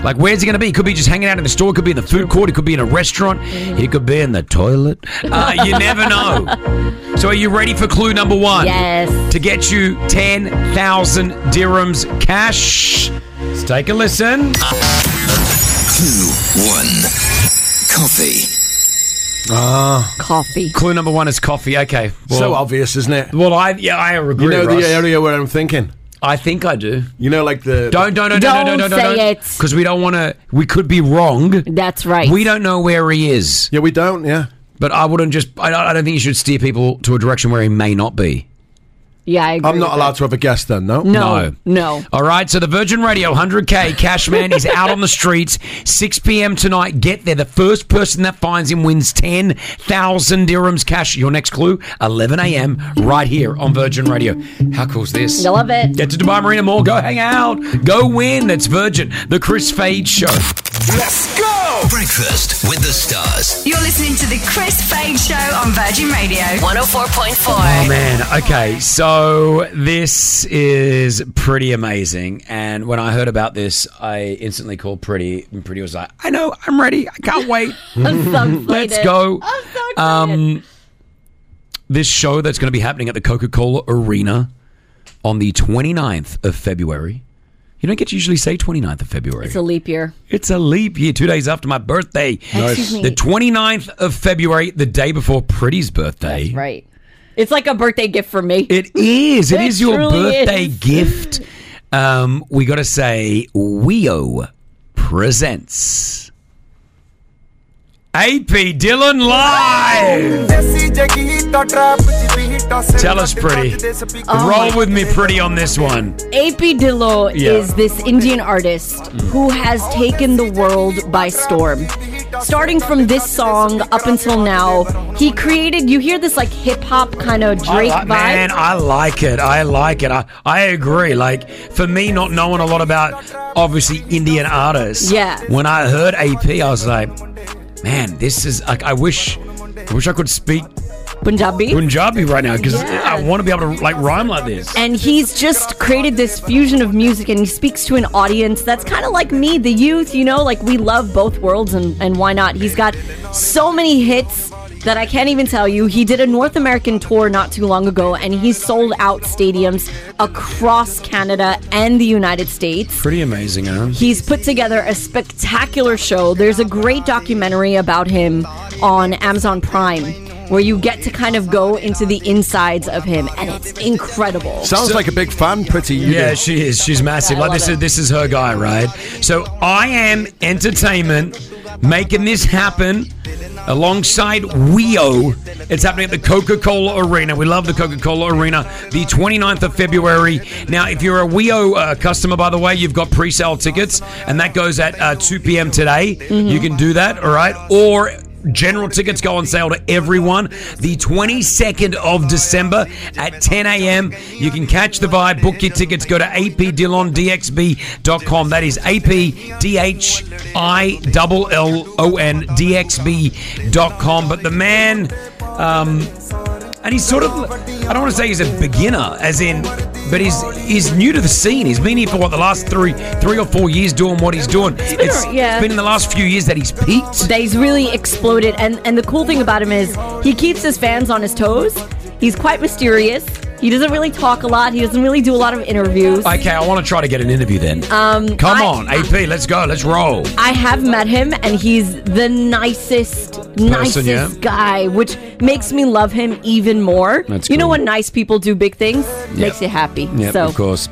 Speaker 5: Like, where's he going to be? He could be just hanging out in the store. It could be in the food court. It could be in a restaurant. He could be in the toilet. Uh, you never know. So, are you ready for clue number one? Yes. To get you 10,000 dirhams cash. Let's take a listen.
Speaker 2: Clue one coffee.
Speaker 5: Ah.
Speaker 7: Coffee.
Speaker 5: Clue number one is coffee. Okay.
Speaker 10: so obvious, isn't it?
Speaker 5: uh, Well, I yeah, I agree.
Speaker 10: You know
Speaker 5: Russ.
Speaker 10: the area where I'm thinking.
Speaker 5: I think I do.
Speaker 10: You know, like the
Speaker 5: Don't, don't, don't, don't, don't, don't, don't,
Speaker 7: say it.
Speaker 5: Because we don't want to. We could be wrong.
Speaker 7: That's right.
Speaker 5: We don't know where he is.
Speaker 10: Yeah, we don't. Yeah.
Speaker 5: But I wouldn't just. I, I don't think you should steer people to a direction where he may not be.
Speaker 7: Yeah, I agree.
Speaker 10: I'm not allowed to have a guess then. No.
Speaker 5: No.
Speaker 7: No.
Speaker 5: All right. So the Virgin Radio 100K Cashman is out on the streets. 6 p.m. tonight. Get there. The first person that finds him wins 10,000 dirhams cash. Your next clue, 11 a.m. right here on Virgin Radio. How cool is this?
Speaker 7: I love it.
Speaker 5: Get to Dubai Marina Mall. Go hang out. Go win. That's Virgin. The Chris Fade Show.
Speaker 2: Let's go! Breakfast with the stars.
Speaker 3: You're listening to the Chris Fade Show on Virgin Radio 104.4.
Speaker 5: Oh man, okay. So this is pretty amazing. And when I heard about this, I instantly called Pretty. And Pretty was like, I know, I'm ready. I can't wait.
Speaker 7: I'm so
Speaker 5: Let's
Speaker 7: excited.
Speaker 5: go.
Speaker 7: I'm so
Speaker 5: um, this show that's going to be happening at the Coca Cola Arena on the 29th of February. You don't get to usually say 29th of February.
Speaker 7: It's a leap year.
Speaker 5: It's a leap year, two days after my birthday.
Speaker 7: Nice. Excuse me.
Speaker 5: The 29th of February, the day before Pretty's birthday.
Speaker 7: Right. It's like a birthday gift for me.
Speaker 5: It is. It is your
Speaker 7: truly
Speaker 5: birthday
Speaker 7: is.
Speaker 5: gift. Um, we got to say, Weo presents AP Dylan Live. Tell us, Pretty.
Speaker 7: Oh
Speaker 5: Roll
Speaker 7: my-
Speaker 5: with me, Pretty, on this one.
Speaker 7: AP Dillo
Speaker 5: Yeah.
Speaker 7: is this Indian artist who has taken the world by storm. Starting from this song up until now, he created, you hear this like hip hop kind of Drake
Speaker 5: I, like-
Speaker 7: vibe.
Speaker 5: man, I like it. I like it. I, I agree. Like, for me, not knowing a lot about, obviously, Indian artists.
Speaker 7: Yeah.
Speaker 5: When I heard AP, I was like, man, this is, like, I wish, I wish I could speak
Speaker 7: Punjabi?
Speaker 5: Punjabi right now because I want to be able to, like, rhyme like this.
Speaker 7: And he's just created this fusion of music and he speaks to an audience that's kind of like me, the youth, you know, like we love both worlds and, and why not? He's got so many hits that I can't even tell you. He did a North American tour not too long ago and he sold out stadiums across Canada and the United States.
Speaker 5: Pretty amazing, huh?
Speaker 7: He's put together a spectacular show. There's a great documentary about him on Amazon Prime where you get to kind of go into the insides of him and it's incredible.
Speaker 10: Sounds like a big fan, pretty. You
Speaker 5: Yeah,
Speaker 10: do.
Speaker 5: she is. She's massive.
Speaker 10: I
Speaker 5: Like
Speaker 10: love
Speaker 5: this is
Speaker 10: it.
Speaker 5: this is her guy, right? So I am entertainment making this happen alongside Weo. It's happening at the Coca-Cola Arena. We love the Coca-Cola Arena. The 29th of February. Now, if you're a Weo uh, customer, by the way, you've got pre-sale tickets, and that goes at uh, 2 p.m. today.
Speaker 10: Mm-hmm.
Speaker 5: You can do that, all right? Or General tickets go on sale to everyone the 22nd of December at 10 a.m. You can catch the vibe, book your tickets, go to apdillondxb.com. That is apdhillondxb.com. But the man, um, and he's sort of, I don't want to say he's a beginner, as in, but he's he's new to the scene. He's been here for what, the last three three or four years doing what he's doing. It's
Speaker 7: been a- yeah.
Speaker 5: been in the last few years that he's peaked.
Speaker 7: that he's really exploded and and the cool thing about him is he keeps his fans on his toes he's quite mysterious he doesn't really talk a lot he doesn't really do a lot of interviews
Speaker 5: Okay, I want to try to get an interview then.
Speaker 7: um
Speaker 5: Come
Speaker 7: I,
Speaker 5: on, AP, let's go, let's roll.
Speaker 7: I have met him and he's the nicest nicest
Speaker 5: yeah?
Speaker 7: guy which makes me love him even more
Speaker 5: That's
Speaker 7: you know
Speaker 5: cool.
Speaker 7: when nice people do big things makes
Speaker 5: Yep.
Speaker 7: you happy
Speaker 5: Yep,
Speaker 7: so
Speaker 5: of course.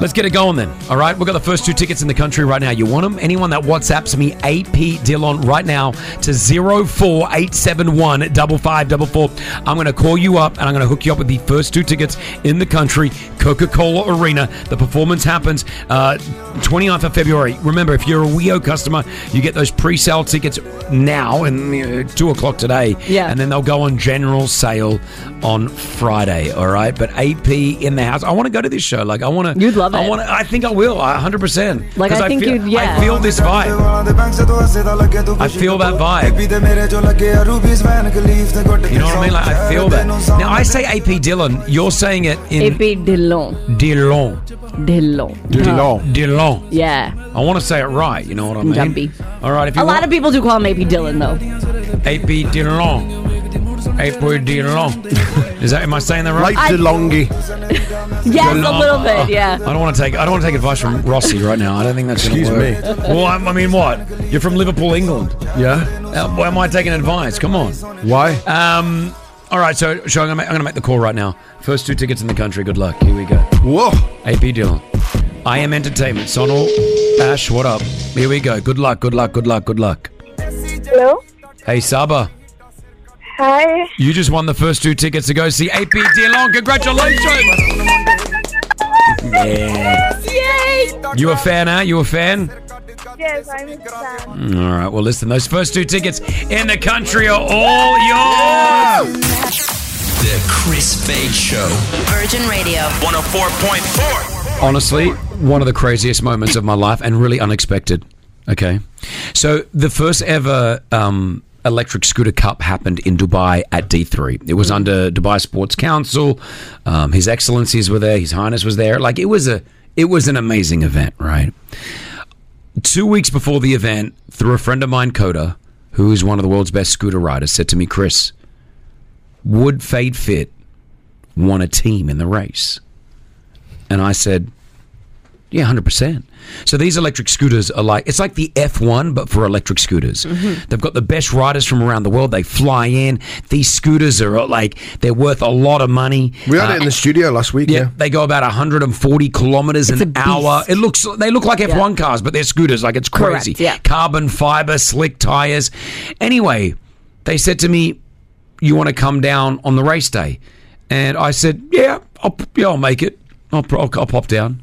Speaker 5: Let's get it going then. All right, we've got the first two tickets in the country right now. You want them? Anyone that WhatsApps me AP Dillon right now to 04871 5544. I'm going to call you up and I'm going to hook you up with the first two tickets in the country, Coca Cola Arena. The performance happens uh, 29th of February. Remember, if you're a WIO customer, you get those pre sale tickets now and uh, 2 o'clock today.
Speaker 15: Yeah.
Speaker 5: And then they'll go on general sale on Friday. All right, but AP in the house. I want to go to this show. Like I want to. You'd love it. I want. I think I will. I- 100%.
Speaker 15: Like,
Speaker 5: 'Cause
Speaker 15: I think
Speaker 5: feel,
Speaker 15: you'd- yeah.
Speaker 5: I feel this vibe. I feel that vibe. You know what I mean? Like I feel that. Now I say AP Dylan. You're saying it in
Speaker 7: AP Dillon.
Speaker 5: Dillon.
Speaker 7: Dillon.
Speaker 5: Dillon. Dillon.
Speaker 7: Yeah.
Speaker 5: I want to say it right. You know what I mean?
Speaker 7: Njambi.
Speaker 5: All right. If
Speaker 7: A
Speaker 5: you
Speaker 7: lot
Speaker 5: want,
Speaker 7: of people do call him AP Dylan though.
Speaker 5: AP Dillon. AP Dillon. Is that? Am I saying that right?
Speaker 7: Like I-
Speaker 5: DeLonghi.
Speaker 7: Yes, a little bit. Yeah.
Speaker 5: I don't want to take. I don't want to take advice from Rossi right now. I don't think that's. gonna
Speaker 10: Excuse
Speaker 5: work.
Speaker 10: me.
Speaker 5: Well, I, I mean, what? You're from Liverpool, England.
Speaker 10: Yeah.
Speaker 5: How, why am I taking advice? Come on.
Speaker 10: Why?
Speaker 5: Um. All right. So, so I'm gonna make, I'm gonna make the call right now. First two tickets in the country. Good luck. Here we go.
Speaker 10: Whoa.
Speaker 5: AP Dillon. I am entertainment. Sonal. Ash. What up? Here we go. Good luck. Good luck. Good luck. Good luck.
Speaker 13: Hello?
Speaker 5: Hey Saba.
Speaker 13: Hi.
Speaker 5: You just won the first two tickets to go see AP Dillon. Congratulations. Yeah.
Speaker 13: Yay!
Speaker 5: You a fan, huh? You a fan?
Speaker 13: Yes, I'm a fan.
Speaker 5: All right. Well, listen. Those first two tickets in the country are all yours.
Speaker 2: The Chris Fade Show.
Speaker 3: Virgin Radio.
Speaker 4: 104.4.
Speaker 5: Honestly, one of the craziest moments of my life and really unexpected. Okay. So, the first ever um, electric scooter cup happened in Dubai at D3. It was under Dubai Sports Council. Um, His Excellencies were there, His Highness was there. Like, it was a. It was an amazing event, right? Two weeks before the event, through a friend of mine, Coda, who is one of the world's best scooter riders, said to me, Chris, would Fade Fit want a team in the race? And I said, yeah, 100%. So these electric scooters are like, it's like the F1, but for electric scooters. They've got the best riders from around the world. They fly in. These scooters are like, they're worth a lot of money.
Speaker 15: We had it in the
Speaker 5: studio last week. uh, Yeah. They go about 140 kilometers
Speaker 15: It's
Speaker 5: an
Speaker 15: a beast.
Speaker 5: hour. It looks, they look like F1 cars, but they're scooters. Like it's
Speaker 15: Correct,
Speaker 5: crazy.
Speaker 15: yeah.
Speaker 5: Carbon fiber, slick tires. Anyway, they said to me, you want to come down on the race day? And I said, yeah, I'll, yeah, I'll make it. I'll, pro- I'll, I'll pop down.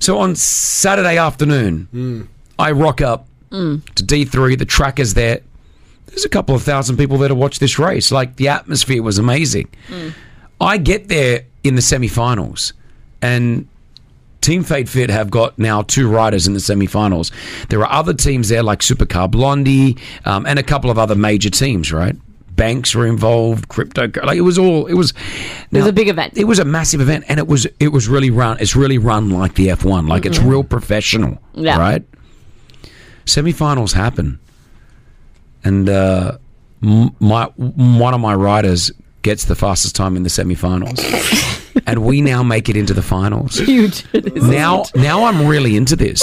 Speaker 5: So on Saturday afternoon,
Speaker 15: Hmm.
Speaker 5: I rock up
Speaker 11: Mm.
Speaker 5: to D3. The track is there. There's a couple of thousand people there to watch this race. Like the atmosphere was amazing. I get there in the semifinals, and Team Fade Fit have got now two riders in the semifinals. There are other teams there like Supercar Blondie um, and a couple of other major teams, right? Banks were involved, crypto. Like it was all. It was. it was a
Speaker 7: big event.
Speaker 5: It was a massive event, and it was it was really run. It's really run like the F one. Like it's real professional.
Speaker 7: Yeah.
Speaker 5: Right. Semifinals happen and uh, m- my m- one of my riders gets the fastest time in the semifinals, and we now make it into the finals.
Speaker 7: Huge.
Speaker 5: Now, now I'm really into this.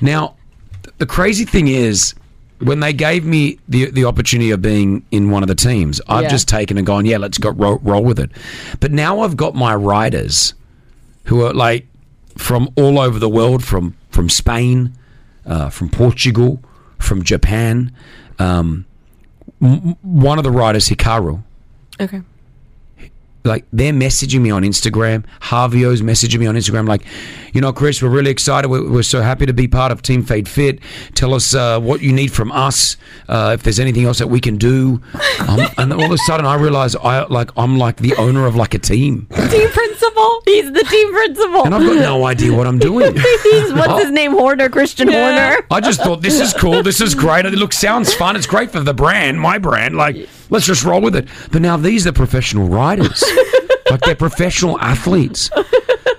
Speaker 5: now, th- the crazy thing is. When they gave me the the opportunity of being in one of the teams, I've
Speaker 15: Yeah.
Speaker 5: just taken and gone, yeah, let's go roll, roll with it. But now I've got my riders who are like from all over the world, from from Spain, uh, from Portugal, from Japan. Um, m- m- one of the riders, Hikaru,
Speaker 16: Okay.
Speaker 5: like they're messaging me on Instagram. Javio's messaging me on Instagram, like, you know, Chris, we're really excited. We're, we're so happy to be part of Team Fade Fit. Tell us uh, what you need from us. Uh, if there's anything else that we can do, um, and all of a sudden I realize I like I'm like the owner of like a team,
Speaker 7: team principal. He's the team principal.
Speaker 5: and I've got no idea what I'm doing.
Speaker 7: He's what's his name? Horner, Christian Horner.
Speaker 5: I just thought this is cool. This is great. It looks sounds fun. It's great for the brand, my brand. Like, let's just roll with it. But now these are professional riders, like they're professional athletes.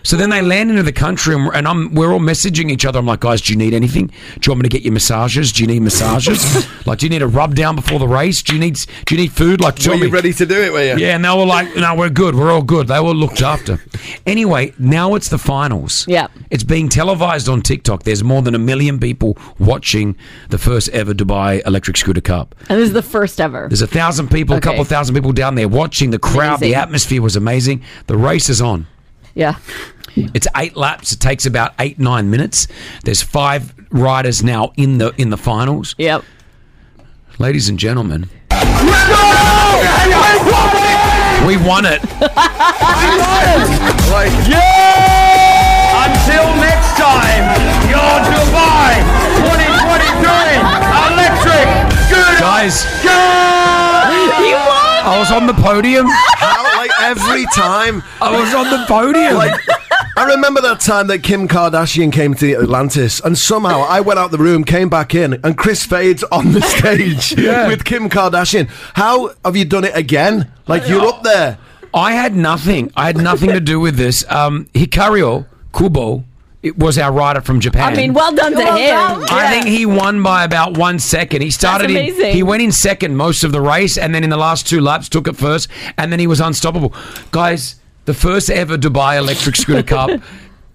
Speaker 5: So then they land into the country, and, and I'm we're all messaging each other. I'm like, guys, do you need anything? Do you want me to get you massages? Do you need massages? like, do you need a rub down before the race? Do you need do you need food? Like,
Speaker 15: Were
Speaker 5: tell
Speaker 15: you
Speaker 5: me-
Speaker 15: ready to do it, were you?
Speaker 5: yeah, and they were like, no, we're good. We're all good. They were looked after. Anyway, now it's the finals. Yeah. It's being televised on TikTok. There's more than a million people watching the first ever Dubai Electric Scooter Cup.
Speaker 7: And this is the first ever.
Speaker 5: There's a thousand people,
Speaker 7: Okay.
Speaker 5: a couple thousand people down there watching the crowd. The
Speaker 7: Amazing.
Speaker 5: atmosphere was amazing. The race is on.
Speaker 7: Yeah.
Speaker 5: It's eight laps. It takes about eight nine minutes. There's five riders now in the in the finals.
Speaker 7: Yep.
Speaker 5: Ladies and gentlemen, we won it.
Speaker 15: Like,
Speaker 1: yeah! Until next time, your Dubai 2023 electric good.
Speaker 5: Guys,
Speaker 1: you won.
Speaker 5: I was on the podium.
Speaker 10: How, like every time.
Speaker 5: I was on the podium.
Speaker 10: Like, I remember that time that Kim Kardashian came to Atlantis, and somehow I went out the room, came back in, and Chris Fade's on the stage
Speaker 5: Yeah.
Speaker 10: with Kim Kardashian. How have you done it again? Like you're up there.
Speaker 5: I had nothing. I had nothing to do with this. Um, Hikario Kubo it was our rider from Japan.
Speaker 7: I mean, well done to
Speaker 5: Well
Speaker 7: him.
Speaker 5: done. I think he won by about one second. He started
Speaker 7: That's
Speaker 5: in,
Speaker 7: amazing.
Speaker 5: he went in second most of the race, and then in the last two laps took it first, and then he was unstoppable. Guys, the first ever Dubai Electric Scooter Cup,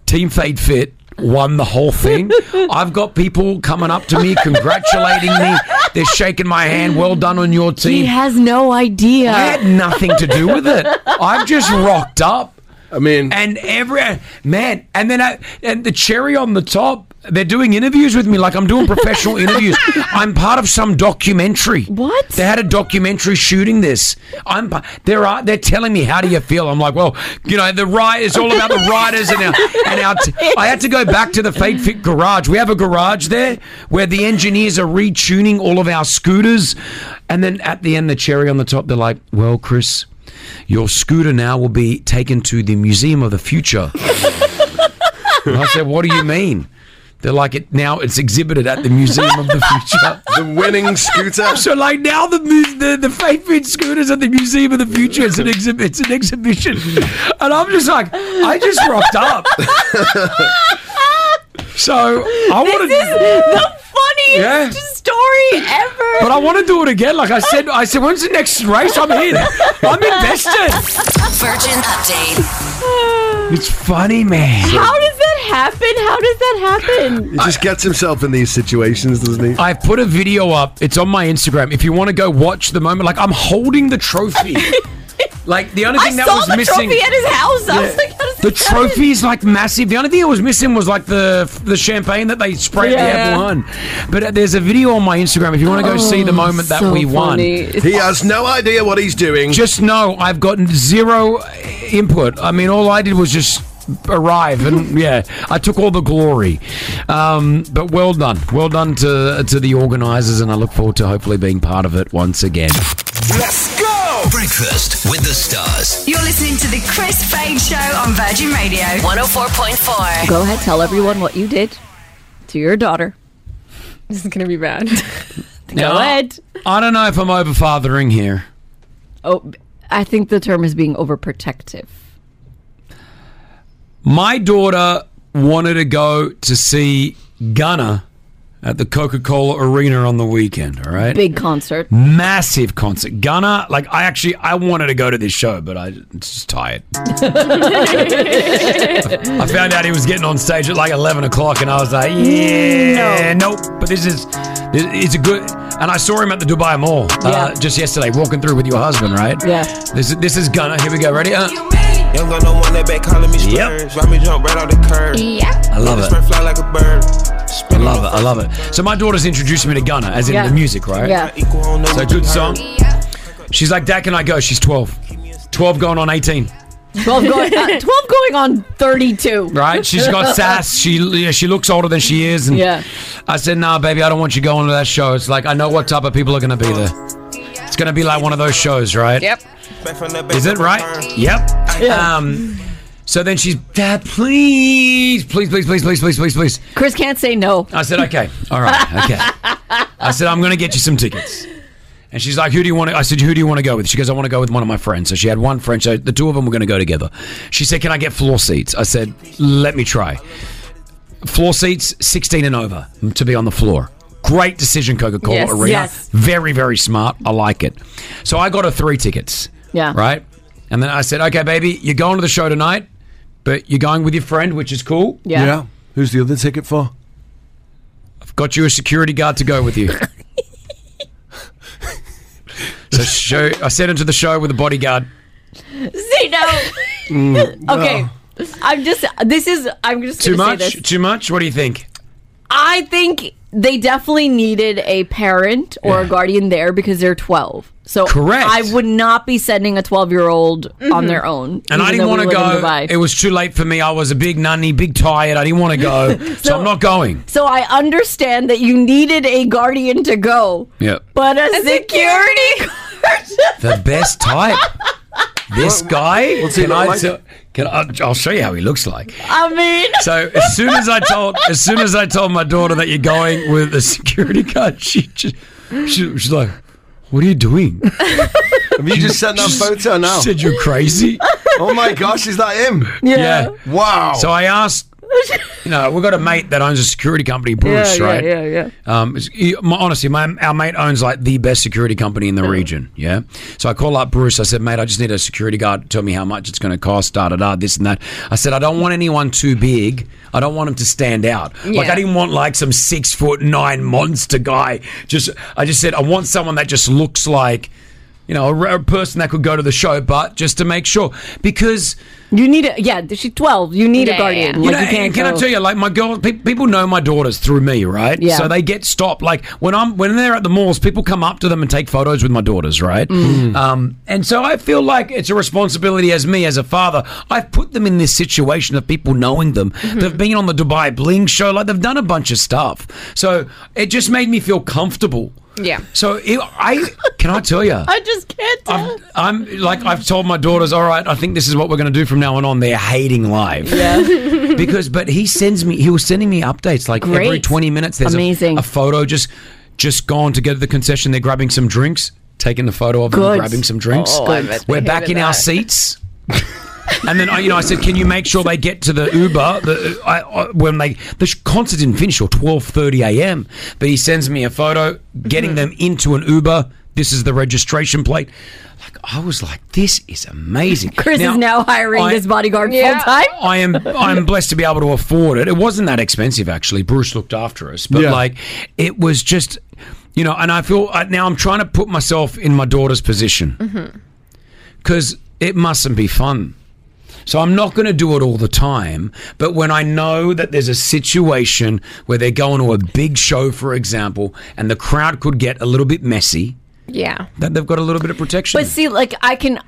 Speaker 5: Team Fade Fit won the whole thing. I've got people coming up to me, congratulating me. They're shaking my hand. Well done on your
Speaker 7: He
Speaker 5: team.
Speaker 7: has no idea.
Speaker 5: I had nothing to do with it. I've just rocked up. I
Speaker 10: Mm.
Speaker 5: mean, and every man, and then I, and the cherry on the top. They're doing interviews with me like I'm doing professional interviews. I'm part of some documentary. What? They had a documentary shooting this. I'm pa- there are they're telling me how do you feel? I'm like, well, you know, the ride it's all about the riders and our and our t- I had to go back to the Fate Fit garage. We have a garage there where the engineers are retuning all of our scooters and then at the end the cherry on the top they're like, "Well, Chris, your scooter now will be taken to the Museum of the Future." And I said, "What do you mean?" They're like it now. It's exhibited at the Museum of the Future. the winning scooter. So like now the mu- the, the Faith Fit scooters at the Museum of the Future. It's an exhibit. It's an exhibition. And I'm just like, I just rocked up. so I want
Speaker 7: This is the funniest
Speaker 5: Yeah.
Speaker 7: story ever.
Speaker 5: But I want to do it again. Like I said, I said, when's the next race? I'm in. I'm invested.
Speaker 3: Virgin Update.
Speaker 5: It's funny, man.
Speaker 7: How does that happen? How does that happen?
Speaker 10: He just gets himself in these situations, doesn't he?
Speaker 5: I've put a video up. It's on my Instagram. If you want to go watch the moment, like I'm holding the trophy. like the only
Speaker 7: I
Speaker 5: thing that
Speaker 7: saw
Speaker 5: was
Speaker 7: the
Speaker 5: missing.
Speaker 7: trophy at his house. I was like, how does
Speaker 5: the trophy is like massive. The only thing that was missing was like the the champagne that they sprayed
Speaker 7: Yeah.
Speaker 5: the Apple on. But uh, there's a video on my Instagram if you want to go see
Speaker 7: Oh,
Speaker 5: the moment that we won.
Speaker 10: He has no idea what he's doing.
Speaker 5: Just know I've gotten zero input. I mean, all I did was just arrive, and yeah, I took all the glory. Um, but well done, well done to to the organisers, and I look forward to hopefully being part of it once again.
Speaker 2: Let's go! Breakfast with the stars.
Speaker 3: You're listening to the Chris Fade Show on Virgin Radio 104.4.
Speaker 7: Go ahead, tell everyone what you did to your daughter.
Speaker 16: This is gonna be bad.
Speaker 5: Now, I don't know if I'm overfathering here.
Speaker 7: Oh, I think the term is being overprotective.
Speaker 5: My daughter wanted to go to see Gunner at the Coca-Cola Arena on the weekend. All right,
Speaker 7: Big concert.
Speaker 5: massive concert. Gunner, like I actually I wanted to go to this show, but I am just tired. I found out he was getting on stage at like eleven o'clock, and I was like,
Speaker 15: Mm,
Speaker 5: yeah, nope. But this is this, it's a good. And I saw him at the Dubai Mall uh, just yesterday, walking through with your husband, right? Yeah. This is this is Gunner. Here we go. Ready? Uh,
Speaker 15: Young got no one that back calling me splurge. Yep. me jump right out the curb. Yeah.
Speaker 5: I love it.
Speaker 15: Spray fly like a bird.
Speaker 5: I love it. I love it. So my daughter's introduced me to Gunner, as in
Speaker 15: Yeah.
Speaker 5: the music, right?
Speaker 15: Yeah.
Speaker 5: So good song. She's like, Dak and I go. She's 12. 12 going on 18.
Speaker 7: 12 going, uh, 12 going on 32.
Speaker 5: right? She's got sass. She yeah, she looks older than she is. And
Speaker 7: Yeah.
Speaker 5: I said, nah, baby, I don't want you going to that show. It's like I know what type of people are going to be there. It's going to be like one of those shows, right? Is it right? Yep. Um, so then she's, Dad, please, please, please, please, please, please, please, please.
Speaker 7: Chris can't say no.
Speaker 5: I said, okay, all right, okay. I said, I'm going to get you some tickets. And she's like, who do you want to? I said, who do you want to go with? She goes, I want to go with one of my friends. So she had one friend. So the two of them were going to go together. She said, can I get floor seats? I said, let me try. Floor seats, 16 and over to be on the floor. Great decision, Coca Cola
Speaker 7: Yes.
Speaker 5: Arena.
Speaker 7: Yes.
Speaker 5: Very, very smart. I like it. So I got her three tickets.
Speaker 7: Yeah.
Speaker 5: Right? And then I said, okay, baby, you're going to the show tonight, but you're going with your friend, which is cool.
Speaker 10: Yeah. Yeah. Who's the other ticket for?
Speaker 5: I've got you a security guard to go with you. so show, I sent him to the show with a bodyguard.
Speaker 7: Say no. okay. I'm just, this is, I'm just
Speaker 5: Mm. Too
Speaker 7: gonna say
Speaker 5: much?
Speaker 7: this.
Speaker 5: Too much? What do you think?
Speaker 7: I think they definitely needed a parent or a guardian there because they're 12. So
Speaker 5: Correct.
Speaker 7: I would not be sending a 12 year old on
Speaker 5: Mhm.
Speaker 7: their own.
Speaker 5: And
Speaker 7: even
Speaker 5: I didn't
Speaker 7: though we
Speaker 5: want to
Speaker 7: live in
Speaker 5: go.
Speaker 7: Dubai.
Speaker 5: It was too late for me. I was a big nunny, big tired. I didn't want to go. so, I'm not going.
Speaker 7: So I understand that you needed a guardian to go,
Speaker 5: Yeah.
Speaker 7: but a, security guard.
Speaker 5: The best type. This guy.
Speaker 7: what's he
Speaker 5: can
Speaker 7: look
Speaker 5: I
Speaker 7: like?
Speaker 5: tell- can I, I'll show you how he looks like.
Speaker 7: I mean,
Speaker 5: So as soon as I told, as soon as I told my daughter that you're going with a security guard, she just, she, she's like, "What are you doing? Have
Speaker 10: you just sent that photo now?"
Speaker 5: She said you're crazy.
Speaker 10: oh my gosh, is that him? Wow.
Speaker 5: So I asked, you know, we've got a mate that owns a security company, Bruce,
Speaker 17: yeah,
Speaker 5: right?
Speaker 17: Yeah, yeah,
Speaker 5: Um, it's- he- my- honestly, my, our mate owns like the best security company in the region. Yeah. So I call up Bruce. I said, mate, I just need a security guard. Tell me how much it's going to cost, da da da, this and that. I said, I don't want anyone too big. I don't want him to stand out. Like,
Speaker 17: Yeah.
Speaker 5: I didn't want like some six foot nine monster guy. Just, I just said, I want someone that just looks like, you know, a rare person that could go to the show, but just to make sure. Because.
Speaker 7: You need a yeah. She's twelve. You need a guardian. Like,
Speaker 5: You
Speaker 7: you
Speaker 5: know,
Speaker 7: can't
Speaker 5: can I
Speaker 7: go-
Speaker 5: tell you, like my girl, pe- people know my daughters through me, right?
Speaker 7: Yeah.
Speaker 5: So they get stopped. Like when I'm when they're at the malls, people come up to them and take photos with my daughters, right?
Speaker 17: Mm.
Speaker 5: Um, and so I feel like it's a responsibility as me as a father. I've put them in this situation of people knowing them.
Speaker 7: Mm-hmm.
Speaker 5: They've been on the Dubai Bling show, like they've done a bunch of stuff. So it just made me feel comfortable.
Speaker 17: Yeah.
Speaker 5: So it, I can I tell you.
Speaker 17: I just can't tell.
Speaker 5: I'm like I've told my daughters, all right, I think this is what we're going to do from now on. on. They're hating live.
Speaker 17: Yeah.
Speaker 5: because but he sends me he was sending me updates like every
Speaker 17: Great.
Speaker 5: 20 minutes there's a-
Speaker 17: Amazing.
Speaker 5: A, photo just just gone to go to the concession, they're grabbing some drinks, taking the photo of them
Speaker 17: Good.
Speaker 5: grabbing some drinks.
Speaker 17: Oh, I bet they
Speaker 5: we're back
Speaker 17: hated
Speaker 5: in our
Speaker 17: that.
Speaker 5: seats. and then I- you know, I said, "Can you make sure they get to the Uber the, I, I, when they the sh- concert didn't finish till twelve thirty a.m." But he sends me a photo
Speaker 17: Mm-hmm.
Speaker 5: getting them into an Uber. This is the registration plate. Like I was like, "This is amazing."
Speaker 7: Chris is now hiring
Speaker 5: I-
Speaker 7: this bodyguard full time.
Speaker 5: I am I'm blessed to be able to afford it. It wasn't that expensive actually. Bruce looked after us, but
Speaker 17: Yeah.
Speaker 5: like it was just you know, and I feel I- now I'm trying to put myself in my daughter's position
Speaker 17: Mm-hmm.
Speaker 5: because it mustn't be fun. So I'm not going to do it all the time, but when I know that there's a situation where they're going to a big show, for example, and the crowd could get a little bit messy,
Speaker 7: Yeah.
Speaker 5: that they've got a little bit of protection.
Speaker 7: But see, like I can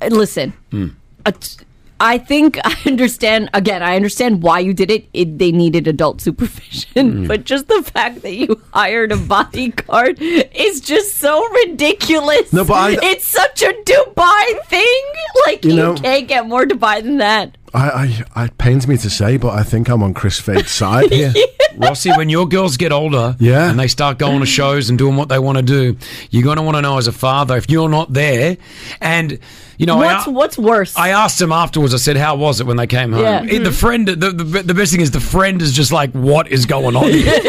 Speaker 7: uh, listen.
Speaker 5: Hmm.
Speaker 7: a t- I think I understand. Again, I understand why you did it. it they needed adult supervision,
Speaker 17: Mm.
Speaker 7: but just the fact that you hired a bodyguard is just so ridiculous.
Speaker 10: No, but I-
Speaker 7: it's such a Dubai thing. Like
Speaker 10: You
Speaker 7: you,
Speaker 10: know-
Speaker 7: can't get more Dubai than that.
Speaker 10: I, I, it pains me to say, but I think I'm on Chris Fade's side here.
Speaker 5: Rossi, when your girls get older
Speaker 10: Yeah.
Speaker 5: and they start going to shows and doing what they want to do, you're going to want to know as a father if you're not there. And, you know,
Speaker 7: what's
Speaker 5: I,
Speaker 7: what's worse?
Speaker 5: I asked them afterwards, I said, how was it when they came home?
Speaker 7: Yeah.
Speaker 5: Eh, The friend, the, the, the best thing is the friend is just like, what is going on here?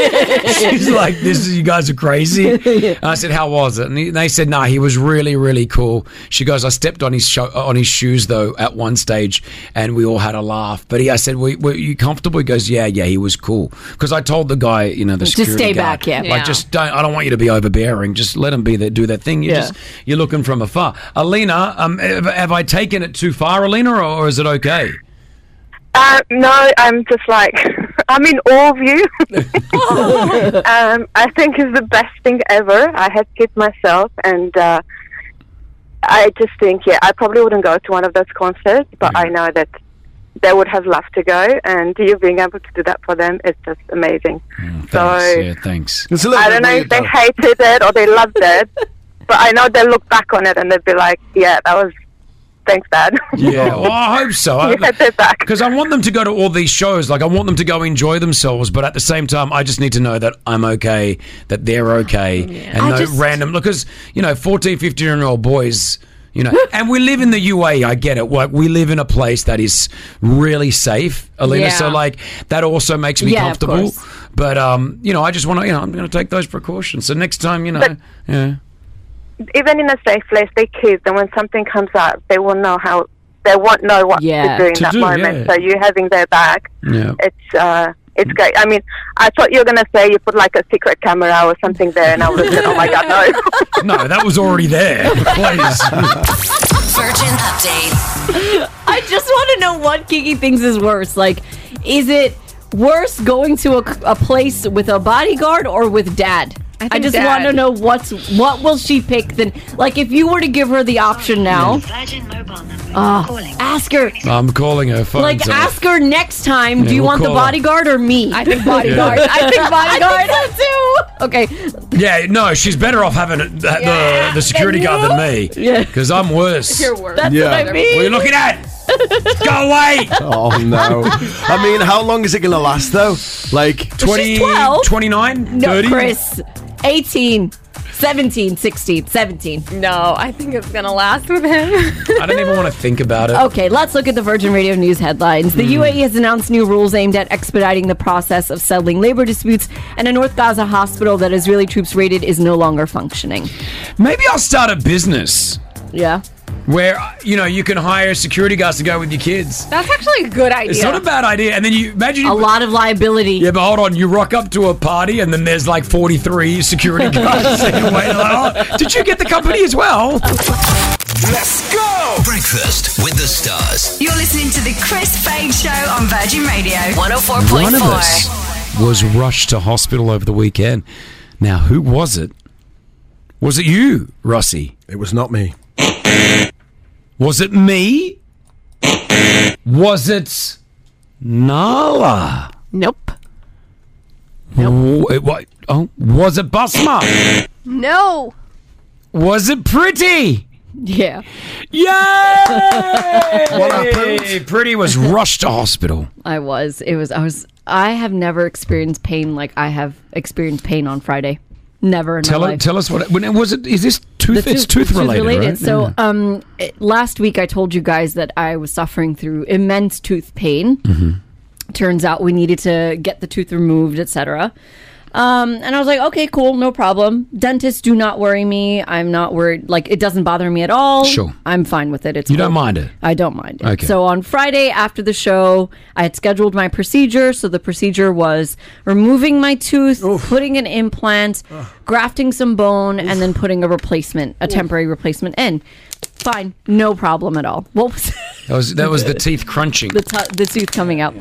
Speaker 5: She's like, this is, you guys are crazy. And I said, how was it? And he- they said, nah, he was really, really cool. She goes, I stepped on his sho- on his shoes though at one stage, and we all had a laugh. But he, I said, were, were you comfortable? He goes, yeah, yeah, he was cool. Because I told the guy, you know, the
Speaker 7: Just
Speaker 5: security
Speaker 7: stay
Speaker 5: guard,
Speaker 7: back, yeah.
Speaker 5: like
Speaker 7: Yeah.
Speaker 5: just don't. I don't want you to be overbearing. Just let them be there, do their thing. You
Speaker 7: Yeah.
Speaker 5: just you're looking from afar. Alina, um, have, have I taken it too far, Alina, or, or is it okay?
Speaker 18: Uh, no, I'm just like, I'm in awe of you. um, I think it's the best thing ever. I had kids myself, and uh, I just think, yeah, I probably wouldn't go to one of those concerts, but I know that they would have loved to go, and you being able to do that for them is just amazing. so
Speaker 5: yeah, thanks.
Speaker 18: I don't know if they hated it or they loved it, but I know they'll look back on it and they'll be like, yeah, that was, thanks, Dad.
Speaker 5: Yeah, well, I hope so. Because I want them to go to all these shows. Like, I want them to go enjoy themselves, but at the same time, I just need to know that I'm okay, that they're okay, and
Speaker 17: I
Speaker 5: no
Speaker 17: just-
Speaker 5: random. Because, you know, 14, 15 year old boys, you know, and we live in the UAE, I get it. Like, we live in a place that is really safe, Alina.
Speaker 17: Yeah.
Speaker 5: So, like, that also makes me
Speaker 17: Yeah, of
Speaker 5: comfortable.
Speaker 17: course.
Speaker 5: But, um, you know, I just want to, you know, I'm going to take those precautions. So, next time, you know,
Speaker 18: But-
Speaker 5: yeah.
Speaker 18: even in a safe place, they kids, and when something comes up, they will know how they won't know what
Speaker 5: Yeah.
Speaker 18: to do in
Speaker 5: To
Speaker 18: that
Speaker 5: do,
Speaker 18: moment.
Speaker 5: yeah.
Speaker 18: So you having their back,
Speaker 5: Yeah.
Speaker 18: it's uh, it's great. I mean, I thought you were gonna say you put like a secret camera or something there, and I would have said, oh my god, no.
Speaker 5: No, that was already there. Please.
Speaker 3: Virgin update.
Speaker 7: I just want to know what Kiki thinks is worse. Like, is it worse going to a, a place with a bodyguard or with dad? I,
Speaker 8: think
Speaker 7: just
Speaker 8: dad.
Speaker 7: want to know what's what will she pick then? Like, if you were to give her the option now, uh, ask her.
Speaker 5: I'm calling her phone.
Speaker 7: Like, ask her next time.
Speaker 5: Yeah,
Speaker 7: do you
Speaker 5: we'll
Speaker 7: want the
Speaker 5: call her.
Speaker 7: bodyguard or me? I think
Speaker 5: bodyguard. Yeah.
Speaker 17: I think bodyguard.
Speaker 7: think so too. Okay,
Speaker 5: Yeah, no, she's better off having it- the, the, the security guard than me. Yeah. Because I'm worse.
Speaker 17: You're worse. That's what I Yeah. mean.
Speaker 5: What are you looking at? Go away!
Speaker 10: Oh no! I mean, how long is it going to last though? Like
Speaker 7: She's 12.
Speaker 5: 29,
Speaker 7: No, Chris, 18. 17, 16, 17.
Speaker 8: No, I think it's going to last with him.
Speaker 5: I don't even want to think about it.
Speaker 7: Okay, let's look at the Virgin Radio News headlines. The
Speaker 5: Mm.
Speaker 7: UAE has announced new rules aimed at expediting the process of settling labor disputes, and a North Gaza hospital that Israeli troops raided is no longer functioning.
Speaker 5: Maybe I'll start a business
Speaker 7: Yeah.
Speaker 5: where you know you can hire security guards to go with your kids.
Speaker 8: That's actually a good idea.
Speaker 5: It's not a bad idea. And then you imagine you, a
Speaker 7: lot of liability.
Speaker 5: Yeah, but hold on. You rock up to a party, and then there's like 43 security guards. sitting away. They're like, oh, did you get the company as well?
Speaker 2: Let's go! Breakfast with the stars.
Speaker 3: You're listening to the Chris Fade Show on Virgin Radio 104.4.
Speaker 5: One of us was rushed to hospital over the weekend. Now, who was it? Was it you, Rossi?
Speaker 10: It was not me.
Speaker 5: Was it me? Was it Nala?
Speaker 8: Nope.
Speaker 5: Nope. It, wa- oh, was it Basma?
Speaker 8: No.
Speaker 5: was it Pretty?
Speaker 7: Yeah.
Speaker 5: Yay! what happened? Pretty was rushed to hospital.
Speaker 7: I was. It was. I was. I have never experienced pain like I have experienced pain on Friday. Never in
Speaker 5: Tell,
Speaker 7: my
Speaker 5: her,
Speaker 7: life.
Speaker 5: tell us what. When, was it? Is this tooth?
Speaker 7: The
Speaker 5: it's tooth, related, right?
Speaker 7: So,
Speaker 5: Yeah.
Speaker 7: um, it- last week I told you guys that I was suffering through immense tooth pain.
Speaker 5: Mm-hmm.
Speaker 7: Turns out we needed to get the tooth removed, etc. Um, and I was like, okay, cool, no problem. Dentists do not worry me. I'm not worried. Like, it doesn't bother me at all.
Speaker 5: Sure.
Speaker 7: I'm fine with it. It's
Speaker 5: you don't
Speaker 7: cool.
Speaker 5: mind it.
Speaker 7: I don't mind. it.
Speaker 5: Okay.
Speaker 7: So on Friday after the show, I had scheduled my procedure. So the procedure was removing my tooth, putting an implant, grafting some bone, and then putting a replacement, a temporary replacement in. Fine, no problem at all. What was
Speaker 5: That was that was the teeth crunching.
Speaker 7: the, t- the tooth coming out?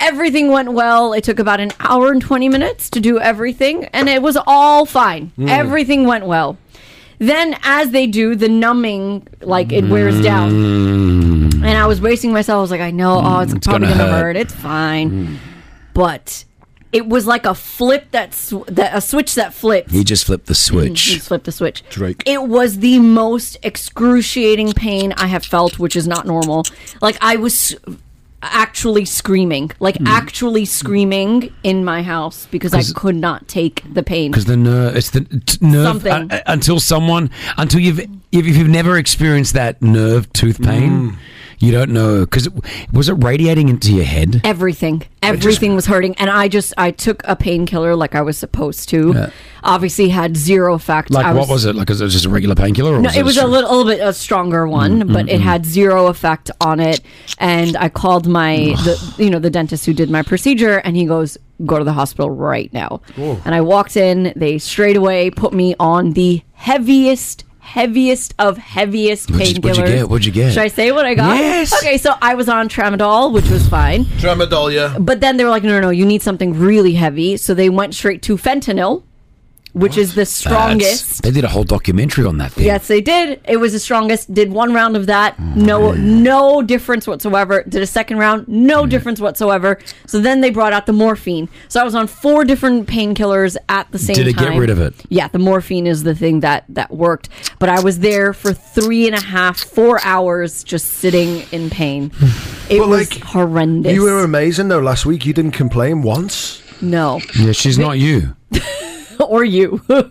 Speaker 7: Everything went well. It took about an hour and 20 minutes to do everything, and it was all fine.
Speaker 17: Mm.
Speaker 7: Everything went well. Then, as they do, the numbing, like it wears down.
Speaker 17: down.
Speaker 7: And I was bracing myself. I was like, I know, oh, it's,
Speaker 17: it's
Speaker 7: probably
Speaker 17: gonna
Speaker 7: gonna,
Speaker 17: hurt.
Speaker 7: hurt. It's fine, but it was like a flip that sw- that a switch that flipped.
Speaker 5: He just flipped the
Speaker 7: He
Speaker 5: switch.
Speaker 7: flipped the switch.
Speaker 5: Drake.
Speaker 7: It was the most excruciating pain I have felt, which is not normal. Like I was actually screaming, like actually screaming in my house because I
Speaker 5: Hmm. 'Cause-
Speaker 7: could not take the pain.
Speaker 5: Because the nerve, it's the t- nerve.
Speaker 7: Something.
Speaker 5: uh, uh, until someone, until you've, if, if you've never experienced that nerve tooth pain, you don't know. Because was it radiating into your head?
Speaker 7: Everything, everything was hurting, and I just I took a painkiller like I was supposed to.
Speaker 5: Yeah.
Speaker 7: Obviously, had zero effect.
Speaker 5: Like
Speaker 7: I
Speaker 5: what was it? Like was it just a regular painkiller? Or
Speaker 7: No,
Speaker 5: was
Speaker 7: it was a
Speaker 5: str-
Speaker 7: little, little bit a stronger one,
Speaker 5: Mm,
Speaker 7: but
Speaker 5: mm,
Speaker 7: it
Speaker 5: mm.
Speaker 7: had zero effect on it. And I called my, the, you know, the dentist who did my procedure, and he goes, "Go to the hospital right now."
Speaker 17: Whoa.
Speaker 7: And I walked in. They straight away put me on the heaviest. Heaviest of heaviest
Speaker 5: What'd you-
Speaker 7: painkillers.
Speaker 5: what'd you get? What'd you get?
Speaker 7: Should I say what I got?
Speaker 10: Yes.
Speaker 7: Okay, so I was on tramadol, which was fine.
Speaker 10: Tramadol, yeah.
Speaker 7: But then they were like, no, no, no, you need something really heavy. So they went straight to fentanyl, which is the strongest.
Speaker 5: That's- They did a whole documentary on that thing.
Speaker 7: Yes, they did. It was the strongest. Did one round of that.
Speaker 5: Oh,
Speaker 7: No, no difference whatsoever. Did a second round. No difference whatsoever. So then they brought out the morphine. So I was on four different painkillers at the same
Speaker 5: Did it
Speaker 7: time.
Speaker 5: get rid of it?
Speaker 7: Yeah, the morphine is the thing that that worked. But I was there for three and a half, four hours, just sitting in pain. It was horrendous.
Speaker 10: You were amazing though last week. You didn't complain once.
Speaker 7: no,
Speaker 5: Yeah, she's not you.
Speaker 7: or you,
Speaker 5: Or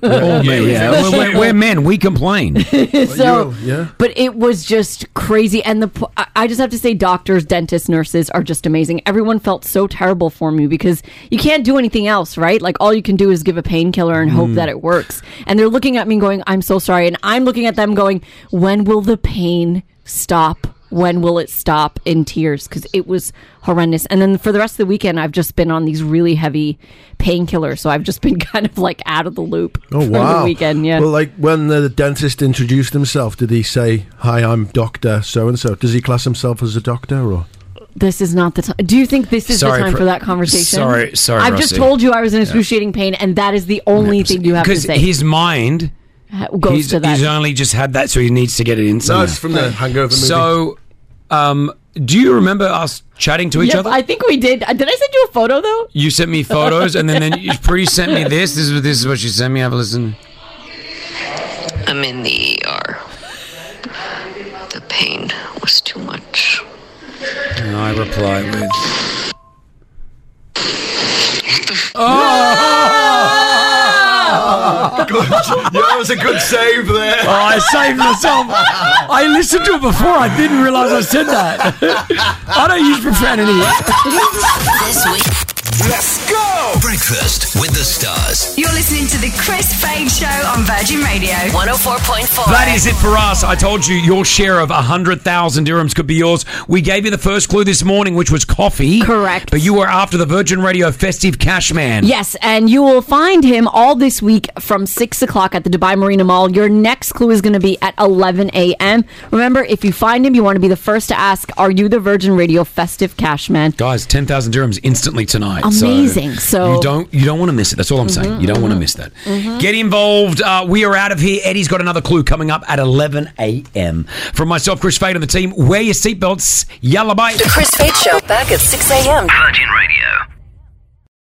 Speaker 5: me. Yeah, we're, we're- we're men. We complain.
Speaker 7: so
Speaker 10: yeah.
Speaker 7: but it was just crazy and the p- I- i just have to say doctors dentists nurses are just amazing everyone felt so terrible for me because you can't do anything else right like all you can do is give a painkiller and hope
Speaker 17: Mm.
Speaker 7: that it works and they're looking at me going i'm so sorry and i'm looking at them going when will the pain stop when will it stop in tears because it was horrendous and then for the rest of the weekend i've just been on these really heavy painkillers so i've just been kind of like out of the loop
Speaker 10: Oh
Speaker 7: for
Speaker 10: wow!
Speaker 7: the weekend yeah
Speaker 10: Well, like when the dentist introduced himself, did he say, "Hi, I'm Doctor So and So"? Does he class himself as a doctor or?
Speaker 7: This is not the time. Do you think this is
Speaker 10: Sorry
Speaker 7: the time
Speaker 10: for-
Speaker 7: for, that conversation?
Speaker 10: sorry- sorry,
Speaker 7: I've just
Speaker 5: Rossi.
Speaker 7: told you I was in
Speaker 5: Yeah.
Speaker 7: excruciating pain, and that is the only thing you have to
Speaker 5: Because
Speaker 7: say.
Speaker 5: his mind
Speaker 7: Ha- goes
Speaker 5: he's,
Speaker 7: to that.
Speaker 5: he's only just had that, so he needs to get it in. somehow.
Speaker 10: it's from the Hangover movie.
Speaker 5: So, um, do you remember us chatting to each
Speaker 7: Yep,
Speaker 5: other?
Speaker 7: I think we did. Uh, Did I send you a photo though?
Speaker 5: you sent me photos, and then then you pretty sent me this. This is what this is what she sent me. Have a listen.
Speaker 19: I'm in the ER. The pain was too much.
Speaker 5: And I reply with.
Speaker 17: Oh!
Speaker 10: Yeah, that was a good save there.
Speaker 20: Oh, I saved myself. I listened to it before. I didn't realize I said that. I don't use profanity.
Speaker 2: This week. Let's go! Breakfast with the stars.
Speaker 3: You're listening to the Chris Fade Show on Virgin Radio 104.4.
Speaker 5: That is it for us. I told you your share of 100,000 dirhams could be yours. We gave you the first clue this morning, which was coffee. Correct. But you were after the Virgin Radio Festive Cash Man.
Speaker 7: Yes, and you will find him all this week from 6 o'clock at the Dubai Marina Mall. Your next clue is going to be at 11 a.m. Remember, if you find him, you want to be the first to ask, Are you the Virgin Radio Festive Cash Man?
Speaker 5: Guys, 10,000 dirhams instantly tonight.
Speaker 7: Amazing. So- Mm-hmm,
Speaker 5: you don't you don't want to miss it. That's all I'm saying. You don't want to miss that. Get involved. Uh, we are out of here. Eddie's got another clue coming up at 11 a.m. From myself, Chris Fade, and the team, wear your seatbelts. Yalla, bye.
Speaker 3: The Chris Fade Show back at 6 a.m. Virgin Radio.